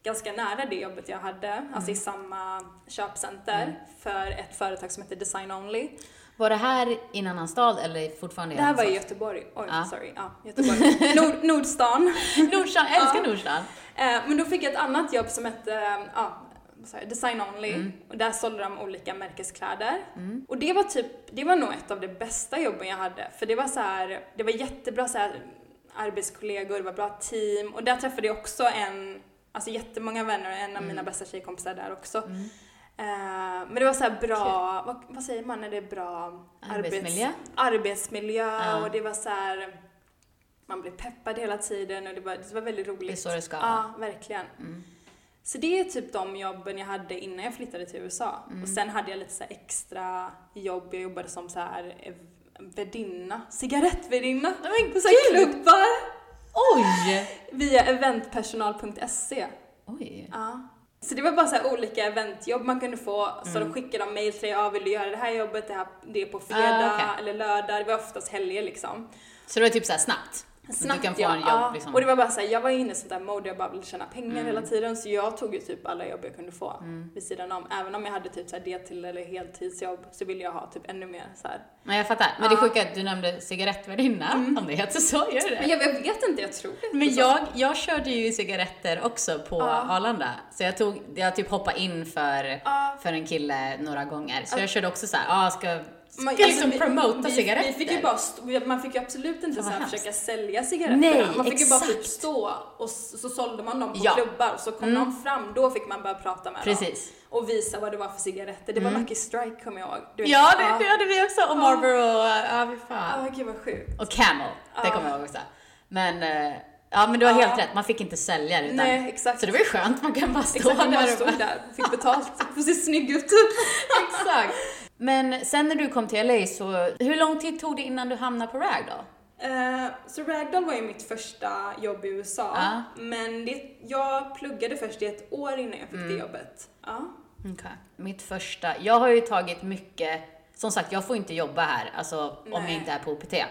Speaker 2: ganska nära det jobbet jag hade, alltså i samma köpcenter för ett företag som heter Design Only.
Speaker 1: Var det här i en annan stad eller fortfarande i
Speaker 2: Det här var i
Speaker 1: Halmstad?
Speaker 2: Göteborg, oj
Speaker 1: Ja.
Speaker 2: sorry, ja Göteborg. Nord, Nordstan.
Speaker 1: Nordstan, jag älskar Nordstan.
Speaker 2: Eh, Men då fick jag ett annat jobb som hette eh, ja, vad sa jag, Design Only
Speaker 1: Mm.
Speaker 2: och där sålde de olika märkeskläder. Och det var typ, det var nog ett av de bästa jobben jag hade för det var så här, det var jättebra så här, arbetskollegor, det var bra team och där träffade jag också en, alltså jättemånga vänner och en av
Speaker 1: Mm.
Speaker 2: mina bästa tjejkompisar där också. Eh, Men det var så här bra, vad, vad säger man när det är bra
Speaker 1: Arbetsmiljö?
Speaker 2: Arbets, arbetsmiljö
Speaker 1: Ja.
Speaker 2: och det var så här man blev peppad hela tiden och det var, det var väldigt roligt.
Speaker 1: Det är så det ska vara. Mm.
Speaker 2: Ja, verkligen. Så det är typ de jobben jag hade innan jag flyttade till USA.
Speaker 1: Mm.
Speaker 2: Och sen hade jag lite så här extra jobb. Jag jobbade som så här eh, värdinna, cigarettvärdinna
Speaker 1: men
Speaker 2: på så här klubbar
Speaker 1: Oj!
Speaker 2: via eventpersonal.se.
Speaker 1: Oj.
Speaker 2: Ja. E. Så det var bara så här olika eventjobb man kunde få. Så då skickade de mejl till dig, ja vill du göra det här jobbet, det, här, det är på fredag
Speaker 1: Mm. Ah, okej.
Speaker 2: eller lördag. Det var oftast helger liksom.
Speaker 1: Så det var typ såhär snabbt?
Speaker 2: Snabbt
Speaker 1: du kan få
Speaker 2: ja.
Speaker 1: en jobb
Speaker 2: ja.
Speaker 1: liksom.
Speaker 2: Och det var bara såhär, jag var inne i sånt där mode, jag bara ville tjäna pengar hela tiden så jag tog ju typ alla jobb jag kunde få vid sidan om. Även om jag hade typ såhär det till eller heltidsjobb så ville jag ha typ ännu mer såhär.
Speaker 1: Men jag fattar. Men det sjuka är att du nämnde cigarettvärdinna, om det heter så, gör det
Speaker 2: Mm. Men jag, jag vet inte, jag tror det.
Speaker 1: Men jag, jag körde ju cigaretter också på Arlanda. Så jag, tog, jag typ hoppade in för, för en kille några gånger. Så jag körde också såhär, ja, ah, ska, ska
Speaker 2: Man-
Speaker 1: liksom
Speaker 2: alltså, vi-
Speaker 1: promota
Speaker 2: vi,
Speaker 1: cigaretter.
Speaker 2: Vi fick ju bara stå, man fick ju absolut inte
Speaker 1: Fan, vad
Speaker 2: såhär
Speaker 1: hemskt.
Speaker 2: försöka sälja cigaretterna.
Speaker 1: Nej,
Speaker 2: man fick ju bara typ
Speaker 1: exakt.
Speaker 2: stå och s- så sålde man dem på
Speaker 1: Ja.
Speaker 2: klubbar och så kom de fram, då fick man börja prata med
Speaker 1: Precis.
Speaker 2: dem. Och visa vad det var för cigaretter. Det var Lucky Strike kommer jag ihåg. Du vet,
Speaker 1: Ja, det, det hade vi också. Och Marlboro och, ja, fy fan.
Speaker 2: Ah, gud vad sjukt.
Speaker 1: Och Camel, det kommer jag ihåg också. Men, eh, Ja men du har
Speaker 2: Ja.
Speaker 1: helt rätt, man fick inte sälja det. Utan,
Speaker 2: Nej, exakt.
Speaker 1: Så det var ju skönt, man kan bara stå
Speaker 2: Exakt, man
Speaker 1: där
Speaker 2: bara
Speaker 1: och
Speaker 2: stod där och fick betalt. Får se snygg ut.
Speaker 1: Exakt. Men sen när du kom till LA så, hur lång tid tog det innan du hamnade på RAG då?
Speaker 2: Eh, så Ragdoll var ju mitt första jobb i USA.
Speaker 1: Ja.
Speaker 2: Men det, jag pluggade först i ett år innan jag fick
Speaker 1: Mm.
Speaker 2: det jobbet. Ja.
Speaker 1: Mitt första, jag har ju tagit mycket, som sagt jag får inte jobba här, alltså om jag
Speaker 2: Nej.
Speaker 1: inte är på OPT.
Speaker 2: Nej.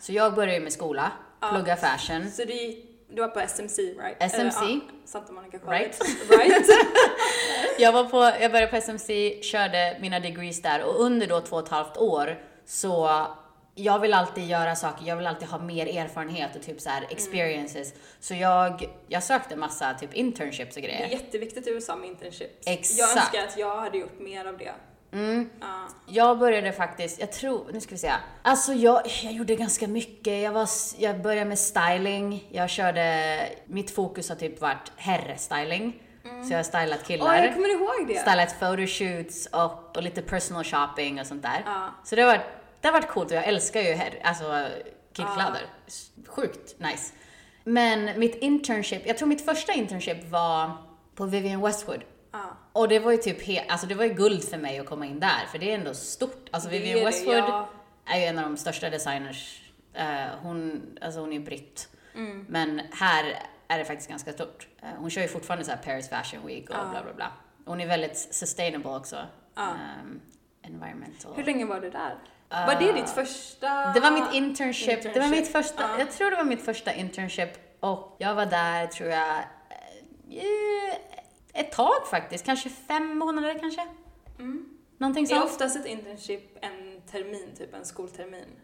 Speaker 1: Så jag började ju med skola, plugga fashion.
Speaker 2: Så du, gick- du var på SMC, right?
Speaker 1: SMC.
Speaker 2: Eller, ja, Santa Monica College.
Speaker 1: Right.
Speaker 2: right.
Speaker 1: Jag, var på, jag började på SMC, körde mina degrees där och under då två och ett halvt år så jag vill alltid göra saker, jag vill alltid ha mer erfarenhet och typ så
Speaker 2: Mm.
Speaker 1: här experiences. Så jag, jag sökte massa typ internships och
Speaker 2: Det är
Speaker 1: grejer.
Speaker 2: jätteviktigt i USA med internships.
Speaker 1: Exakt.
Speaker 2: Jag önskar att jag hade gjort mer av det. Ja.
Speaker 1: Jag började faktiskt, jag tror, nu ska vi se. Alltså jag, jag gjorde ganska mycket. Jag, var, s- jag började med styling. Jag körde, mitt fokus har typ varit herrestyling. Så jag har stylat
Speaker 2: Åh,
Speaker 1: killar.
Speaker 2: jag kommer ihåg det.
Speaker 1: stylat photoshoots och, och lite personal shopping och sånt där.
Speaker 2: Ja.
Speaker 1: Så det har varit, det har varit coolt och jag älskar ju herr, alltså killkläder. S- Sjukt nice. Men mitt internship, jag tror mitt första internship var på Vivienne Westwood.
Speaker 2: Ja.
Speaker 1: Och det var ju typ he- alltså det var ju guld för mig att komma in där, för det är ändå stort. Alltså
Speaker 2: Det är
Speaker 1: Vivienne
Speaker 2: det,
Speaker 1: Westwood
Speaker 2: ja.
Speaker 1: är ju en av de största designers. Eh, hon, alltså hon är ju britt.
Speaker 2: Mm.
Speaker 1: Men här är det faktiskt ganska stort. Eh, hon kör ju fortfarande så här Paris Fashion Week och bla bla bla. Hon är väldigt sustainable också. Ehm, environmental.
Speaker 2: Hur länge var du där? var det ditt första?
Speaker 1: Uh, Det var mitt internship. Det var mitt
Speaker 2: Internship.
Speaker 1: första, Jag tror det var mitt första internship och jag var där tror jag eh, ett tag faktiskt. Kanske fem månader kanske.
Speaker 2: Mm.
Speaker 1: Någonting
Speaker 2: Är
Speaker 1: sånt.
Speaker 2: oftast ett internship en termin, typ en skoltermin?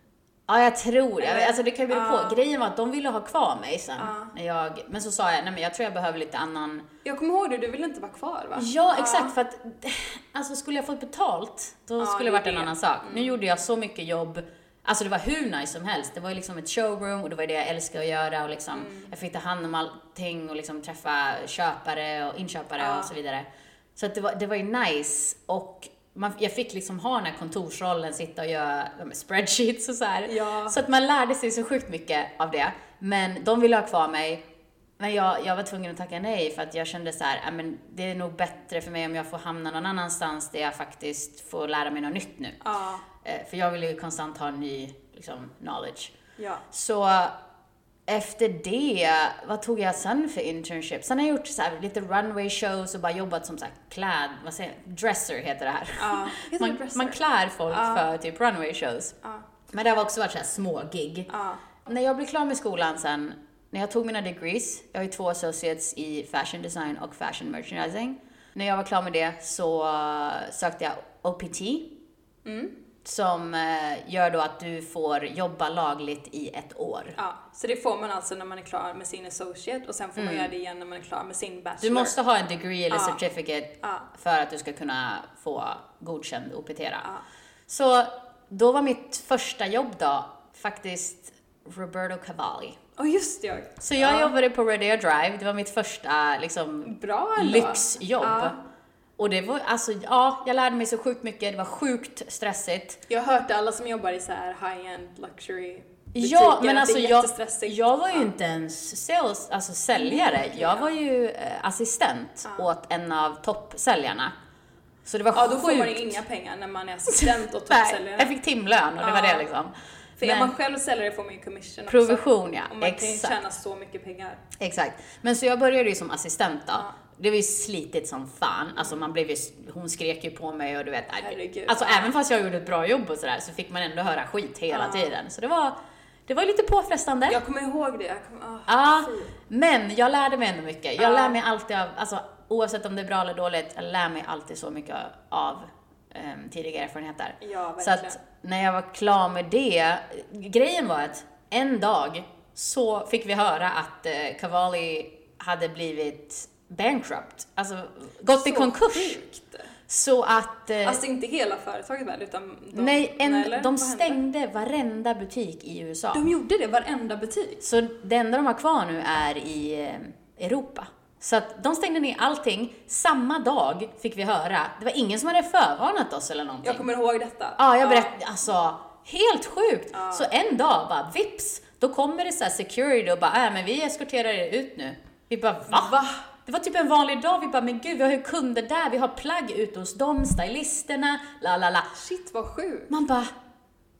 Speaker 1: Ja, jag tror det.
Speaker 2: Eller?
Speaker 1: Alltså det kan ju bero på.
Speaker 2: Ja.
Speaker 1: Grejen var att de ville ha kvar mig sen.
Speaker 2: Ja.
Speaker 1: När jag, men så sa jag, nej men jag tror jag behöver lite annan...
Speaker 2: Jag kommer ihåg det, du ville inte vara kvar va?
Speaker 1: Ja, exakt. För att alltså, skulle jag fått betalt, då
Speaker 2: Ja,
Speaker 1: skulle det
Speaker 2: det
Speaker 1: varit
Speaker 2: är
Speaker 1: en
Speaker 2: det.
Speaker 1: annan sak.
Speaker 2: Mm.
Speaker 1: Nu gjorde jag så mycket jobb. Alltså det var hur nice som helst. Det var ju liksom ett showroom och det var det jag älskade att göra. Och liksom,
Speaker 2: Mm.
Speaker 1: Jag fick ta hand om allting och liksom träffa köpare och inköpare
Speaker 2: Ja.
Speaker 1: och så vidare. Så att det, var, det var ju nice. Och man, jag fick liksom ha den här kontorsrollen, sitta och göra de här spreadsheets och så här.
Speaker 2: Ja.
Speaker 1: Så att man lärde sig så sjukt mycket av det. Men de ville ha kvar mig. Men jag, jag var tvungen att tacka nej för att jag kände så här, "Ah, men det är nog bättre för mig om jag får hamna någon annanstans där jag faktiskt får lära mig något nytt nu.
Speaker 2: Ja.
Speaker 1: Eh, För jag vill ju konstant ha ny liksom, knowledge.
Speaker 2: ja.
Speaker 1: Så efter det, vad tog jag sen för internship? Sen har jag gjort så här, lite runway shows och bara jobbat som så här, kläd, vad säger jag? dresser heter det här.
Speaker 2: ja. Heter det
Speaker 1: Man,
Speaker 2: dresser?
Speaker 1: man klär folk
Speaker 2: Ja.
Speaker 1: för typ runway shows.
Speaker 2: ja.
Speaker 1: Men det har också varit så här små gig.
Speaker 2: ja.
Speaker 1: När jag blev klar med skolan sen, när jag tog mina degrees, jag har ju två associates i fashion design och fashion merchandising. När jag var klar med det så eh, sökte jag OPT.
Speaker 2: Mm.
Speaker 1: Som eh, gör då att du får jobba lagligt i ett år.
Speaker 2: Ja, så det får man alltså när man är klar med sin associate och sen får man göra det igen när man är klar med sin bachelor.
Speaker 1: Mm. Du måste ha en degree eller
Speaker 2: Ja.
Speaker 1: certificate
Speaker 2: Ja.
Speaker 1: för att du ska kunna få godkänd OPT. då. Så då var mitt första jobb då faktiskt Roberto Cavalli.
Speaker 2: Och just det, jag.
Speaker 1: Så jag
Speaker 2: Ja.
Speaker 1: jobbade på Rodeo Drive, det var mitt första liksom,
Speaker 2: Bra ändå.
Speaker 1: lyxjobb.
Speaker 2: Ja.
Speaker 1: Och det var, alltså ja, jag lärde mig så sjukt mycket, det var sjukt stressigt.
Speaker 2: Jag har hört alla som jobbar i så här high-end luxury
Speaker 1: Ja, men alltså
Speaker 2: det är
Speaker 1: jag,
Speaker 2: jättestressigt. Mm,
Speaker 1: jag var ju inte ens sales, alltså säljare, jag var ju eh, assistent åt en av toppsäljarna. Så det var
Speaker 2: Ja, då får man ju
Speaker 1: sjukt.
Speaker 2: inga pengar när man är assistent och
Speaker 1: Nej, jag
Speaker 2: toppsäljare.
Speaker 1: fick timlön och det var
Speaker 2: Ja.
Speaker 1: det liksom.
Speaker 2: För är
Speaker 1: Men-
Speaker 2: man själv säljare får man ju commission också.
Speaker 1: Provision ja,
Speaker 2: Och man kan ju
Speaker 1: exakt.
Speaker 2: tjäna så mycket pengar.
Speaker 1: Exakt. Men så jag började ju som assistent då. Det var ju slitigt som fan. Alltså man blev ju, hon skrek ju på mig och du vet. aj,
Speaker 2: Herregud.
Speaker 1: Alltså även fast jag gjorde ett bra jobb och sådär så fick man ändå höra skit hela
Speaker 2: Ja.
Speaker 1: tiden. Så det var, det var lite påfrestande.
Speaker 2: Jag kommer ihåg det. Jag kommer, ah,
Speaker 1: Ja,
Speaker 2: fy.
Speaker 1: men jag lärde mig ändå mycket. Jag
Speaker 2: Ja.
Speaker 1: lär mig alltid av, alltså oavsett om det är bra eller dåligt, jag lär mig alltid så mycket av um, tidigare erfarenheter.
Speaker 2: Ja,
Speaker 1: så
Speaker 2: verkligen.
Speaker 1: att när jag var klar med det, grejen var att en dag så fick vi höra att eh, Cavalli hade blivit bankrupt, alltså gått i
Speaker 2: Så
Speaker 1: konkurs.
Speaker 2: sjukt.
Speaker 1: Så att eh,
Speaker 2: Alltså inte hela företaget väl, utan de,
Speaker 1: nej, en,
Speaker 2: eller?
Speaker 1: de
Speaker 2: Vad hände?
Speaker 1: stängde varenda butik i USA.
Speaker 2: De gjorde det, varenda butik.
Speaker 1: Så det enda de har kvar nu är i eh, Europa. Så att de stängde ner allting. Samma dag fick vi höra, det var ingen som hade förvarnat oss eller någonting.
Speaker 2: Jag kommer ihåg detta.
Speaker 1: Ja, jag berättade, alltså Helt sjukt!
Speaker 2: Ja.
Speaker 1: Så en dag bara vips, då kommer det så här security och bara äh, men vi eskorterar er ut nu. Vi bara va?
Speaker 2: Va?
Speaker 1: Det var typ en vanlig dag, vi bara men gud vi har ju kunder där, vi har plagg ute hos dem, stylisterna, la la la.
Speaker 2: Ah, Shit vad sjukt.
Speaker 1: Man bara,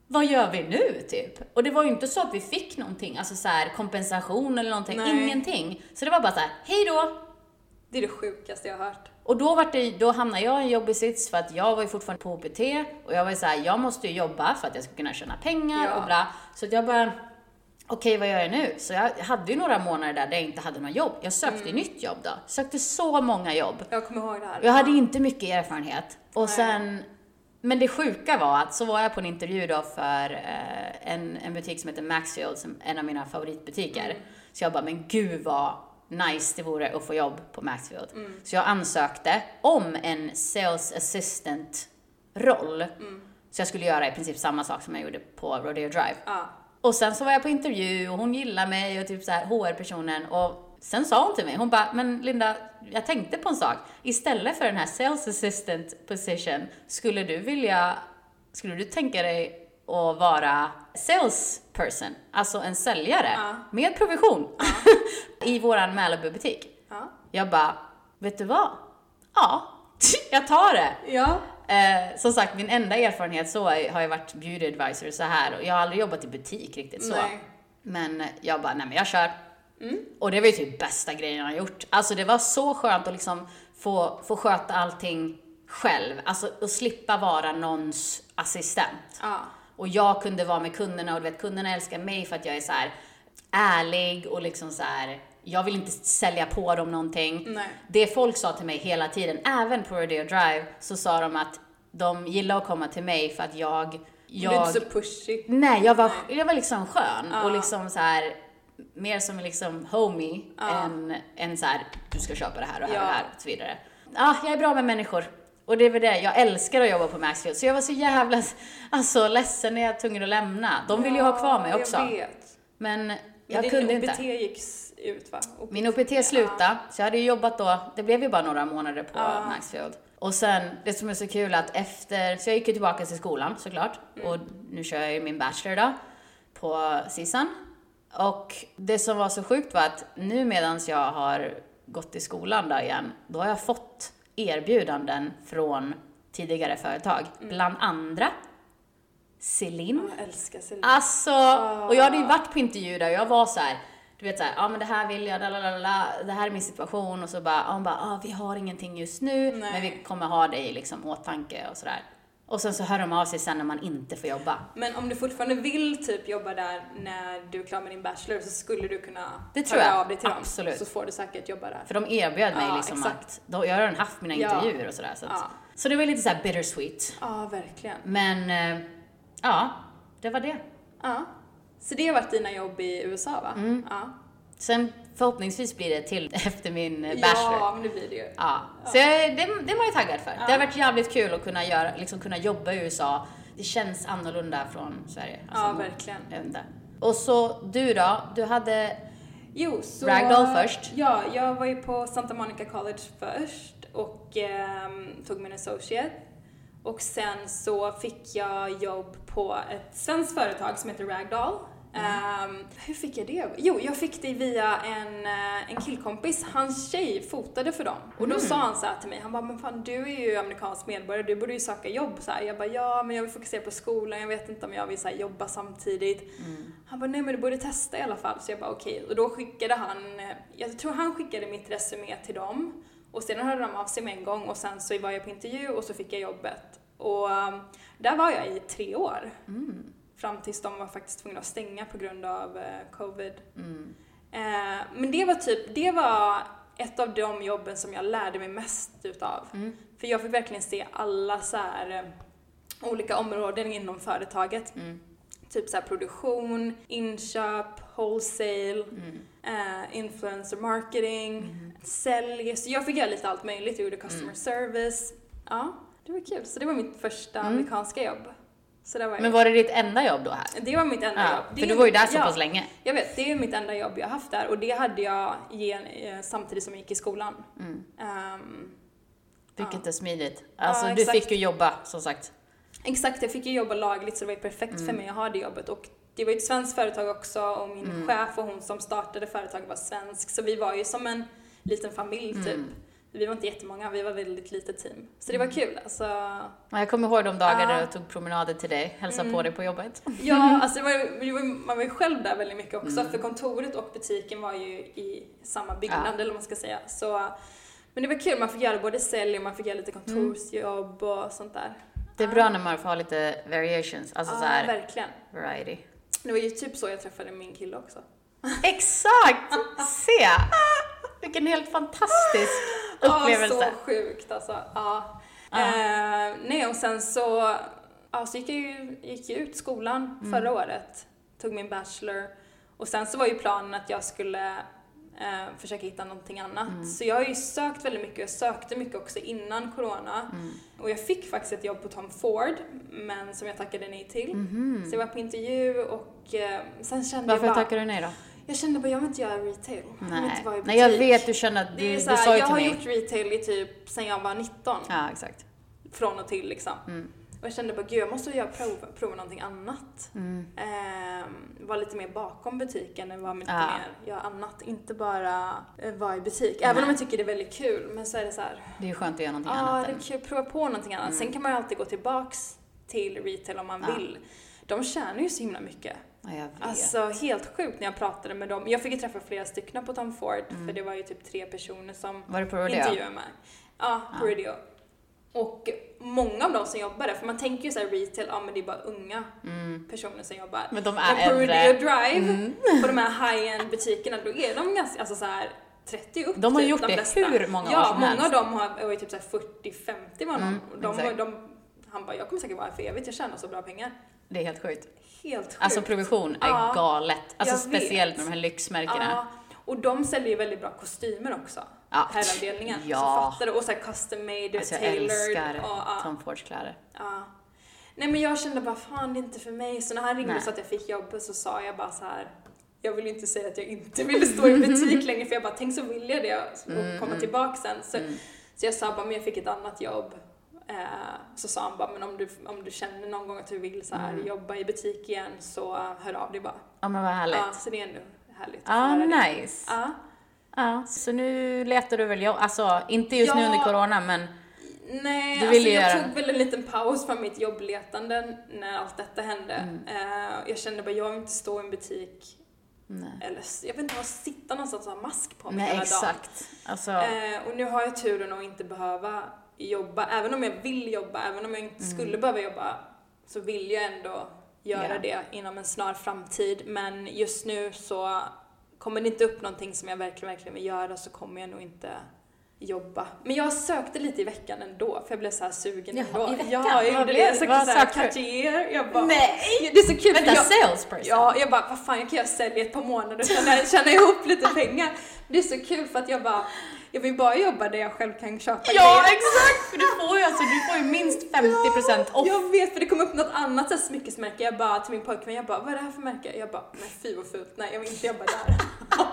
Speaker 1: vad gör vi nu typ? Och det var ju inte så att vi fick någonting, alltså så här kompensation eller någonting,
Speaker 2: Nej.
Speaker 1: ingenting. Så det var bara så här, hej då!
Speaker 2: Det är det sjukaste jag har hört.
Speaker 1: Och då, var det, då hamnade jag i en jobbig sits för att jag var ju fortfarande på HPT och jag var ju såhär, jag måste ju jobba för att jag ska kunna tjäna pengar
Speaker 2: Ja.
Speaker 1: och bla. Så att jag bara, okej vad gör jag nu? Så jag hade ju några månader där, där jag inte hade något jobb. Jag sökte
Speaker 2: Mm.
Speaker 1: ju nytt jobb då. Sökte så många jobb.
Speaker 2: Jag kommer ihåg det här.
Speaker 1: Jag hade inte mycket erfarenhet. Och
Speaker 2: Nej.
Speaker 1: sen, men det sjuka var att så var jag på en intervju då för eh, en, en butik som heter Maxfield, som en av mina favoritbutiker. Så jag bara, men gud vad nice det vore att få jobb på Maxfield. Så jag ansökte om en sales assistant roll. Så jag skulle göra i princip samma sak som jag gjorde på Rodeo Drive.
Speaker 2: Ja.
Speaker 1: Och sen så var jag på intervju och hon gillade mig och typ så här HR-personen och sen sa hon till mig, hon bara, men Linda, jag tänkte på en sak. Istället för den här sales assistant position, skulle du vilja, skulle du tänka dig att vara sales person, alltså en säljare
Speaker 2: Ja.
Speaker 1: med provision i våran Malibu-butik?
Speaker 2: Ja.
Speaker 1: Jag bara, vet du vad? Ja, jag tar det.
Speaker 2: Ja.
Speaker 1: Eh, som sagt, min enda erfarenhet så är- har jag varit beauty advisor så här och jag har aldrig jobbat i butik riktigt så.
Speaker 2: Nej.
Speaker 1: Men jag bara, nej men jag kör.
Speaker 2: Mm.
Speaker 1: Och det var ju typ bästa grejen jag har gjort. Alltså det var så skönt att liksom få, få sköta allting själv. Alltså och slippa vara någons assistent.
Speaker 2: Ja.
Speaker 1: Och jag kunde vara med kunderna och du vet, kunderna älskar mig för att jag är så här ärlig och liksom så här. jag vill inte sälja på dem någonting.
Speaker 2: Nej.
Speaker 1: Det folk sa till mig hela tiden, även på Rodeo Drive, så sa de att de gillar att komma till mig för att jag,
Speaker 2: Du är
Speaker 1: jag
Speaker 2: inte så pushy.
Speaker 1: Nej, jag var, jag var liksom skön
Speaker 2: Ja.
Speaker 1: och liksom så här mer som en liksom homie än, än så här du ska köpa det här och här
Speaker 2: Ja.
Speaker 1: och här och så vidare. Ja, jag är bra med människor. Och det är väl det, jag älskar att jobba på Maxfield. Så jag var så jävla alltså, ledsen när jag var tvungen att lämna. De ville ju ha kvar mig
Speaker 2: Ja,
Speaker 1: också.
Speaker 2: Jag vet.
Speaker 1: Men jag
Speaker 2: Men din
Speaker 1: kunde
Speaker 2: OBT
Speaker 1: inte.
Speaker 2: gick s- ut va? OBT.
Speaker 1: Min OPT slutade, så jag hade ju jobbat då, det blev ju bara några månader på Maxfield. Och sen, det som är så kul att efter, så jag gick ju tillbaka till skolan såklart. Och nu kör jag ju min bachelor då, på SISAN. Och det som var så sjukt var att nu medan jag har gått i skolan där igen, då har jag fått erbjudanden från tidigare företag. Bland andra Celine.
Speaker 2: Jag älskar Celine.
Speaker 1: Alltså, och jag hade
Speaker 2: Ah.
Speaker 1: ju varit på intervju där och jag var så här, du vet såhär, ja ah, men det här vill jag, lalalala, det här är min situation och så bara, ah, hon bara, ah, vi har ingenting just nu
Speaker 2: Nej.
Speaker 1: men vi kommer ha dig liksom i åtanke och sådär. Och sen så hör de av sig sen när man inte får jobba.
Speaker 2: Men om du fortfarande vill typ jobba där när du är klar med din bachelor så skulle du kunna
Speaker 1: Det
Speaker 2: ta
Speaker 1: tror jag.
Speaker 2: av dig till
Speaker 1: Absolut.
Speaker 2: dem. Så får du säkert jobba där.
Speaker 1: För de erbjöd mig
Speaker 2: Ja,
Speaker 1: liksom
Speaker 2: exakt.
Speaker 1: att, då, jag har redan haft mina
Speaker 2: Ja.
Speaker 1: intervjuer och sådär. Så, att,
Speaker 2: Ja.
Speaker 1: så det var lite såhär bittersweet.
Speaker 2: Ja, verkligen.
Speaker 1: Men, eh, ja, det var det.
Speaker 2: Ja. Så det har varit dina jobb i USA va? Mm. Ja.
Speaker 1: Sen förhoppningsvis blir det till efter min eh, bachelor.
Speaker 2: ja, men det blir det ju.
Speaker 1: Ja, så jag, det, det är man ju taggad för. Det har varit jävligt kul att kunna, göra, liksom kunna jobba i USA. Det känns annorlunda från Sverige.
Speaker 2: Ja,
Speaker 1: man-
Speaker 2: verkligen.
Speaker 1: jag vet inte. Och så du då, du hade...
Speaker 2: Jo, så...
Speaker 1: Ragdoll först.
Speaker 2: Ja, jag var ju på Santa Monica College först och ehm, tog min associate. Och sen så fick jag jobb på ett svenskt företag som heter Ragdoll. Ehm, hur fick jag det? Jo, jag fick det via en, eh, en killkompis. Hans tjej fotade för dem. Och då sa han så här till mig, han bara “men fan du är ju amerikansk medborgare, du borde ju söka jobb”. Så här. Jag bara “ja, men jag vill fokusera på skolan, jag vet inte om jag vill så här, jobba samtidigt”. Han bara “nej men du borde testa i alla fall”. Så jag bara “okej”. Och då skickade han, eh, jag tror han skickade mitt resumé till dem. Och sedan hörde de av sig med en gång och sen så var jag på intervju och så fick jag jobbet. Och eh, där var jag i tre år.
Speaker 1: Mm,
Speaker 2: Fram tills de var faktiskt tvungna att stänga på grund av eh, covid.
Speaker 1: mm,
Speaker 2: Eh, men det var typ, det var ett av de jobben som jag lärde mig mest utav.
Speaker 1: mm,
Speaker 2: För jag fick verkligen se alla så här eh, olika områden inom företaget.
Speaker 1: mm,
Speaker 2: Typ så här produktion, inköp, wholesale,
Speaker 1: mm.
Speaker 2: eh, influencer marketing, sälj. Så jag fick göra lite allt möjligt. Jag gjorde
Speaker 1: Mm.
Speaker 2: customer service. Ja, det var kul. Så det var mitt första amerikanska jobb. Så där var jag.
Speaker 1: Mm. Men var det ditt enda jobb då här?
Speaker 2: det var mitt enda
Speaker 1: Ja,
Speaker 2: jobb.
Speaker 1: för
Speaker 2: Det-
Speaker 1: du var ju där så
Speaker 2: ja.
Speaker 1: pass länge.
Speaker 2: Jag vet, det är mitt enda jobb jag har haft där och det hade jag gen, eh, samtidigt som jag gick i skolan. Ehm,
Speaker 1: Vilket är Mm, smidigt. Alltså
Speaker 2: Ja,
Speaker 1: du
Speaker 2: exakt.
Speaker 1: fick ju jobba som sagt.
Speaker 2: Exakt, jag fick ju jobba lagligt så det var ju perfekt
Speaker 1: Mm.
Speaker 2: för mig att ha det jobbet. Och det var ju ett svenskt företag också och min
Speaker 1: Mm.
Speaker 2: chef och hon som startade företaget var svensk. Så vi var ju som en liten familj typ.
Speaker 1: Mm.
Speaker 2: Vi var inte jättemånga, vi var ett väldigt litet team. Så det var kul alltså.
Speaker 1: Ja, jag kommer ihåg de dagar
Speaker 2: Ja. Mm.
Speaker 1: där jag tog promenader till dig, hälsade på dig på jobbet.
Speaker 2: Ja, alltså det var, ju- det var, ju- man var ju själv där väldigt mycket också för kontoret och butiken var ju i samma byggnad
Speaker 1: Mm. Ja.
Speaker 2: eller vad man ska säga. Så, men det var kul, man fick göra både sälj och man fick göra lite
Speaker 1: Mm.
Speaker 2: kontorsjobb och sånt där.
Speaker 1: Det är bra när man får ha lite variations, alltså
Speaker 2: Ja,
Speaker 1: så här
Speaker 2: verkligen.
Speaker 1: variety.
Speaker 2: Det var ju typ så jag träffade min kille också.
Speaker 1: Exakt! Se! Vilken helt fantastisk
Speaker 2: Ja,
Speaker 1: upplevelse.
Speaker 2: så sjukt alltså. Ja.
Speaker 1: Ja.
Speaker 2: Eh, nej, och sen så, ja, så gick jag ju gick jag ut skolan
Speaker 1: Mm.
Speaker 2: förra året, tog min bachelor och sen så var ju planen att jag skulle eh, försöka hitta någonting annat.
Speaker 1: Mm.
Speaker 2: Så jag har ju sökt väldigt mycket, jag sökte mycket också innan corona.
Speaker 1: Mm.
Speaker 2: Och jag fick faktiskt ett jobb på Tom Ford, men som jag tackade nej till.
Speaker 1: Mm.
Speaker 2: Så jag var på intervju och eh, sen kände
Speaker 1: Mhm. Varför
Speaker 2: jag bara,
Speaker 1: tackar du nej då?
Speaker 2: jag kände bara, jag vill inte göra retail. Jag vill
Speaker 1: Nej.
Speaker 2: inte vara i
Speaker 1: nej, jag
Speaker 2: butik.
Speaker 1: vet du känner att
Speaker 2: Det är
Speaker 1: du,
Speaker 2: ju
Speaker 1: du sa
Speaker 2: såhär,
Speaker 1: ju
Speaker 2: jag
Speaker 1: till
Speaker 2: har
Speaker 1: mig.
Speaker 2: gjort retail i typ sen jag var 19.
Speaker 1: Ja, Mm. exakt.
Speaker 2: Från och till liksom. Och jag kände bara, gud jag måste göra prov, prova någonting annat.
Speaker 1: Mm.
Speaker 2: Ehm, vara lite mer bakom butiken än vara mycket
Speaker 1: Ja.
Speaker 2: mer, göra annat. Inte bara eh, vara i butik. Även om jag tycker det är väldigt kul. Men så är det så här,
Speaker 1: Det är ju skönt att göra någonting
Speaker 2: ja
Speaker 1: annat
Speaker 2: det är
Speaker 1: än... Mm.
Speaker 2: kul, prova på någonting annat. Sen kan man ju alltid gå tillbaks till retail om man
Speaker 1: Ja.
Speaker 2: vill. De tjänar ju så himla mycket.
Speaker 1: Ja, jag vet.
Speaker 2: Alltså helt sjukt när jag pratade med dem. Jag fick ju träffa flera stycken på Tom Ford
Speaker 1: Mm.
Speaker 2: för det var ju typ tre personer som
Speaker 1: Var det på Rodeo?
Speaker 2: intervjuade mig. Ja, på Rodeo. Och många av dem som jobbar där, för man tänker ju såhär retail, ja men det är bara unga personer som jobbar.
Speaker 1: Mm. Men de är
Speaker 2: men på
Speaker 1: äldre. Mm.
Speaker 2: Rodeo Drive, på de här high-end butikerna, då är de ganska, alltså såhär 30 upp
Speaker 1: De har
Speaker 2: typ,
Speaker 1: gjort det
Speaker 2: flesta.
Speaker 1: hur många år
Speaker 2: ja,
Speaker 1: som
Speaker 2: många
Speaker 1: helst.
Speaker 2: av dem har, var ju typ såhär 40-50 var någon.
Speaker 1: Mm,
Speaker 2: Och de,
Speaker 1: exakt.
Speaker 2: de, han bara, jag kommer säkert vara här för evigt, jag tjänar så bra pengar.
Speaker 1: Det är helt sjukt.
Speaker 2: Helt sjukt.
Speaker 1: Alltså provision är
Speaker 2: Ja,
Speaker 1: galet. Alltså
Speaker 2: jag
Speaker 1: speciellt
Speaker 2: vet.
Speaker 1: med de här lyxmärkena.
Speaker 2: och de säljer ju väldigt bra kostymer också.
Speaker 1: Ja.
Speaker 2: Herravdelningen.
Speaker 1: Ja.
Speaker 2: Så fattar du? Och så här custom made och
Speaker 1: Alltså jag
Speaker 2: tailored.
Speaker 1: älskar
Speaker 2: och, ja,
Speaker 1: Tom Fords kläder.
Speaker 2: ja. Nej men jag kände bara, fan det är inte för mig. Så när han ringde
Speaker 1: Nej.
Speaker 2: så att jag fick jobbet så sa jag bara så här. Jag vill ju inte säga att jag inte ville stå i butik längre för jag bara, tänk så vill jag det och
Speaker 1: Mm,
Speaker 2: komma tillbaka sen. Så, så jag sa bara, men jag fick ett annat jobb. Eh, så sa han bara, men om du, om du känner någon gång att du vill så
Speaker 1: Mm.
Speaker 2: här, jobba i butik igen så eh, hör av dig bara.
Speaker 1: Ja men vad härligt.
Speaker 2: Ja,
Speaker 1: Ja,
Speaker 2: så det är ändå härligt att
Speaker 1: ah,
Speaker 2: höra det.
Speaker 1: nice.
Speaker 2: Ja.
Speaker 1: Ja, så nu letar du väl jobb? Alltså inte just nu
Speaker 2: Ja.
Speaker 1: under corona men
Speaker 2: Nej,
Speaker 1: Du
Speaker 2: alltså
Speaker 1: ville
Speaker 2: jag
Speaker 1: göra-
Speaker 2: tog väl en liten paus från mitt jobbletande när allt detta hände.
Speaker 1: Mm.
Speaker 2: Eh, jag kände bara, jag vill inte stå i en butik
Speaker 1: nej.
Speaker 2: eller s- jag vill inte ha sitta någonstans och ha mask på mig
Speaker 1: Nej
Speaker 2: hela
Speaker 1: exakt. Alltså,
Speaker 2: dagen. Eh, och nu har jag turen att inte behöva jobba, även om jag vill jobba, även om jag inte
Speaker 1: Mm.
Speaker 2: skulle behöva jobba, så vill jag ändå göra
Speaker 1: Ja.
Speaker 2: det inom en snar framtid. Men just nu så kommer det inte upp någonting som jag verkligen, verkligen vill göra så kommer jag nog inte jobba. Men jag sökte lite i veckan ändå, för jag blev så här sugen
Speaker 1: Jaha,
Speaker 2: ändå.
Speaker 1: i veckan?
Speaker 2: Ja, jag
Speaker 1: Vad
Speaker 2: gjorde det.
Speaker 1: blev-
Speaker 2: Jag sökte
Speaker 1: vad
Speaker 2: såhär
Speaker 1: sökte du?
Speaker 2: Cartier. Jag bara...
Speaker 1: Nej!
Speaker 2: Det är så kul för
Speaker 1: vänta,
Speaker 2: jag,
Speaker 1: salesperson?
Speaker 2: Ja, jag bara, vad fan, jag kan göra sälj i ett par månader och tjäna, tjäna ihop lite pengar. Det är så kul för att jag bara, jag vill bara jobba där jag själv kan köpa
Speaker 1: Ja, exakt! För du får ju alltså, du får ju minst 50% off.
Speaker 2: Jag vet, för det kom upp något annat så här smyckesmärke. Jag bara till min pojkvän, jag bara, vad är det här för märke? Jag bara, nej fy vad fult, nej jag vill inte jobba där.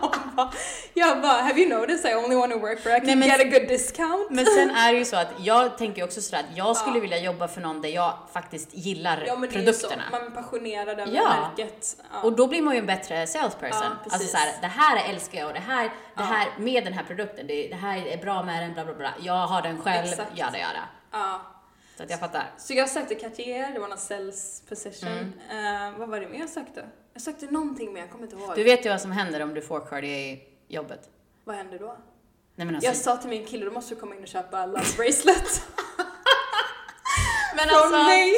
Speaker 2: Hon bara- jag bara, have you noticed I only want to work where I can
Speaker 1: Nej, men-
Speaker 2: get a good discount?
Speaker 1: Men sen är det ju så att jag tänker ju också sådär att jag skulle vilja jobba för någon där jag faktiskt gillar
Speaker 2: ja, men det är ju så,
Speaker 1: produkterna.
Speaker 2: man är passionerad över
Speaker 1: Ja.
Speaker 2: märket. Ja.
Speaker 1: Och då blir man ju en bättre salesperson.
Speaker 2: Ja, precis.
Speaker 1: alltså såhär, det här älskar jag och det här, det här med den här produkten, det, det här är bra med den, bla bla bla. Jag har den själv,
Speaker 2: Exakt.
Speaker 1: jada jada.
Speaker 2: ja.
Speaker 1: Så att jag fattar.
Speaker 2: Så jag sökte Cartier, det var någon sales position. Eh, vad var det mer jag sökte? Jag sökte någonting mer, jag kommer inte ihåg.
Speaker 1: Mm. Du vet ju vad som händer om du får Cartier i jobbet.
Speaker 2: Vad hände då?
Speaker 1: Nej men alltså.
Speaker 2: Jag sa till min kille, då måste du komma in och köpa love bracelet.
Speaker 1: men
Speaker 2: Från
Speaker 1: alltså,
Speaker 2: mig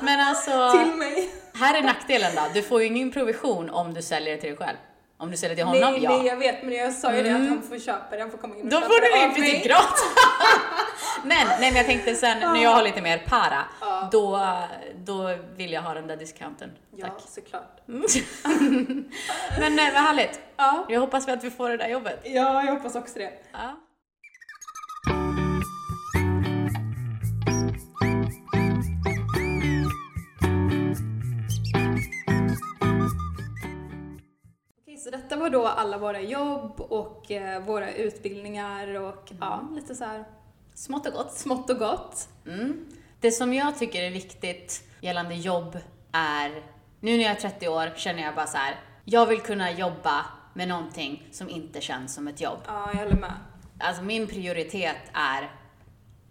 Speaker 1: men alltså
Speaker 2: till mig.
Speaker 1: här är nackdelen då. Du får ju ingen provision om du säljer det till dig själv. Om du säljer till honom,
Speaker 2: Nej,
Speaker 1: ja. Mm.
Speaker 2: nej, jag vet, men jag sa ju det att han får köpa det, han får komma in och
Speaker 1: Då
Speaker 2: köpa
Speaker 1: får
Speaker 2: det
Speaker 1: du
Speaker 2: av
Speaker 1: i princip
Speaker 2: mig.
Speaker 1: gratis. men, nej, men jag tänkte sen när jag har lite mer para, då, då vill jag ha den där discounten.
Speaker 2: Ja,
Speaker 1: Tack.
Speaker 2: såklart.
Speaker 1: Mm. Men eh, vad härligt.
Speaker 2: Ja.
Speaker 1: Jag hoppas att vi får det där jobbet.
Speaker 2: ja, jag hoppas också det.
Speaker 1: Ja.
Speaker 2: Okej, så detta var då alla våra jobb och eh, våra
Speaker 1: Mm.
Speaker 2: utbildningar och ja, lite så här
Speaker 1: Smått och gott.
Speaker 2: smått och gott.
Speaker 1: Det som jag tycker är viktigt gällande jobb är, nu när jag är 30 år känner jag bara så här, jag vill kunna jobba med någonting som inte känns som ett jobb.
Speaker 2: Ja, jag håller med.
Speaker 1: Alltså min prioritet är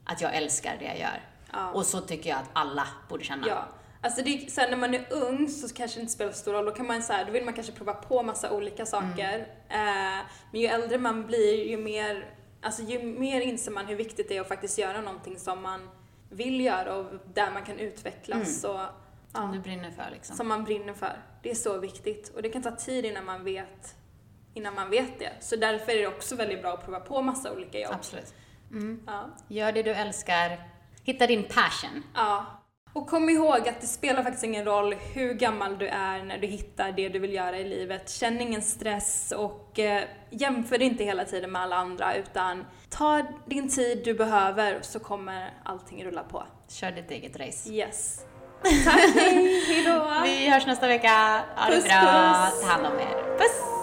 Speaker 1: att jag älskar det jag gör.
Speaker 2: Ja.
Speaker 1: Och så tycker jag att alla borde känna.
Speaker 2: Ja. Alltså det, är- sen när man är ung så kanske det inte spelar så stor roll, då, kan man, så här, då vill man kanske prova på massa olika saker. Eh, men ju äldre man blir ju mer, alltså ju mer inser man hur viktigt det är att faktiskt göra någonting som man vill göra och där man kan utvecklas och
Speaker 1: Som du brinner för liksom.
Speaker 2: som man brinner för. Det är så viktigt och det kan ta tid innan man vet, innan man vet det. Så därför är det också väldigt bra att prova på massa olika jobb.
Speaker 1: Absolut.
Speaker 2: Ja.
Speaker 1: Gör det du älskar. Hitta din passion.
Speaker 2: Ja. Och kom ihåg att det spelar faktiskt ingen roll hur gammal du är när du hittar det du vill göra i livet. Känn ingen stress och eh, jämför dig inte hela tiden med alla andra utan ta din tid du behöver så kommer allting rulla på.
Speaker 1: Kör ditt eget race.
Speaker 2: Yes. Tack, hej, hejdå!
Speaker 1: Vi hörs nästa vecka. Ha det
Speaker 2: Puss,
Speaker 1: bra.
Speaker 2: puss.
Speaker 1: Ta hand om er. Puss!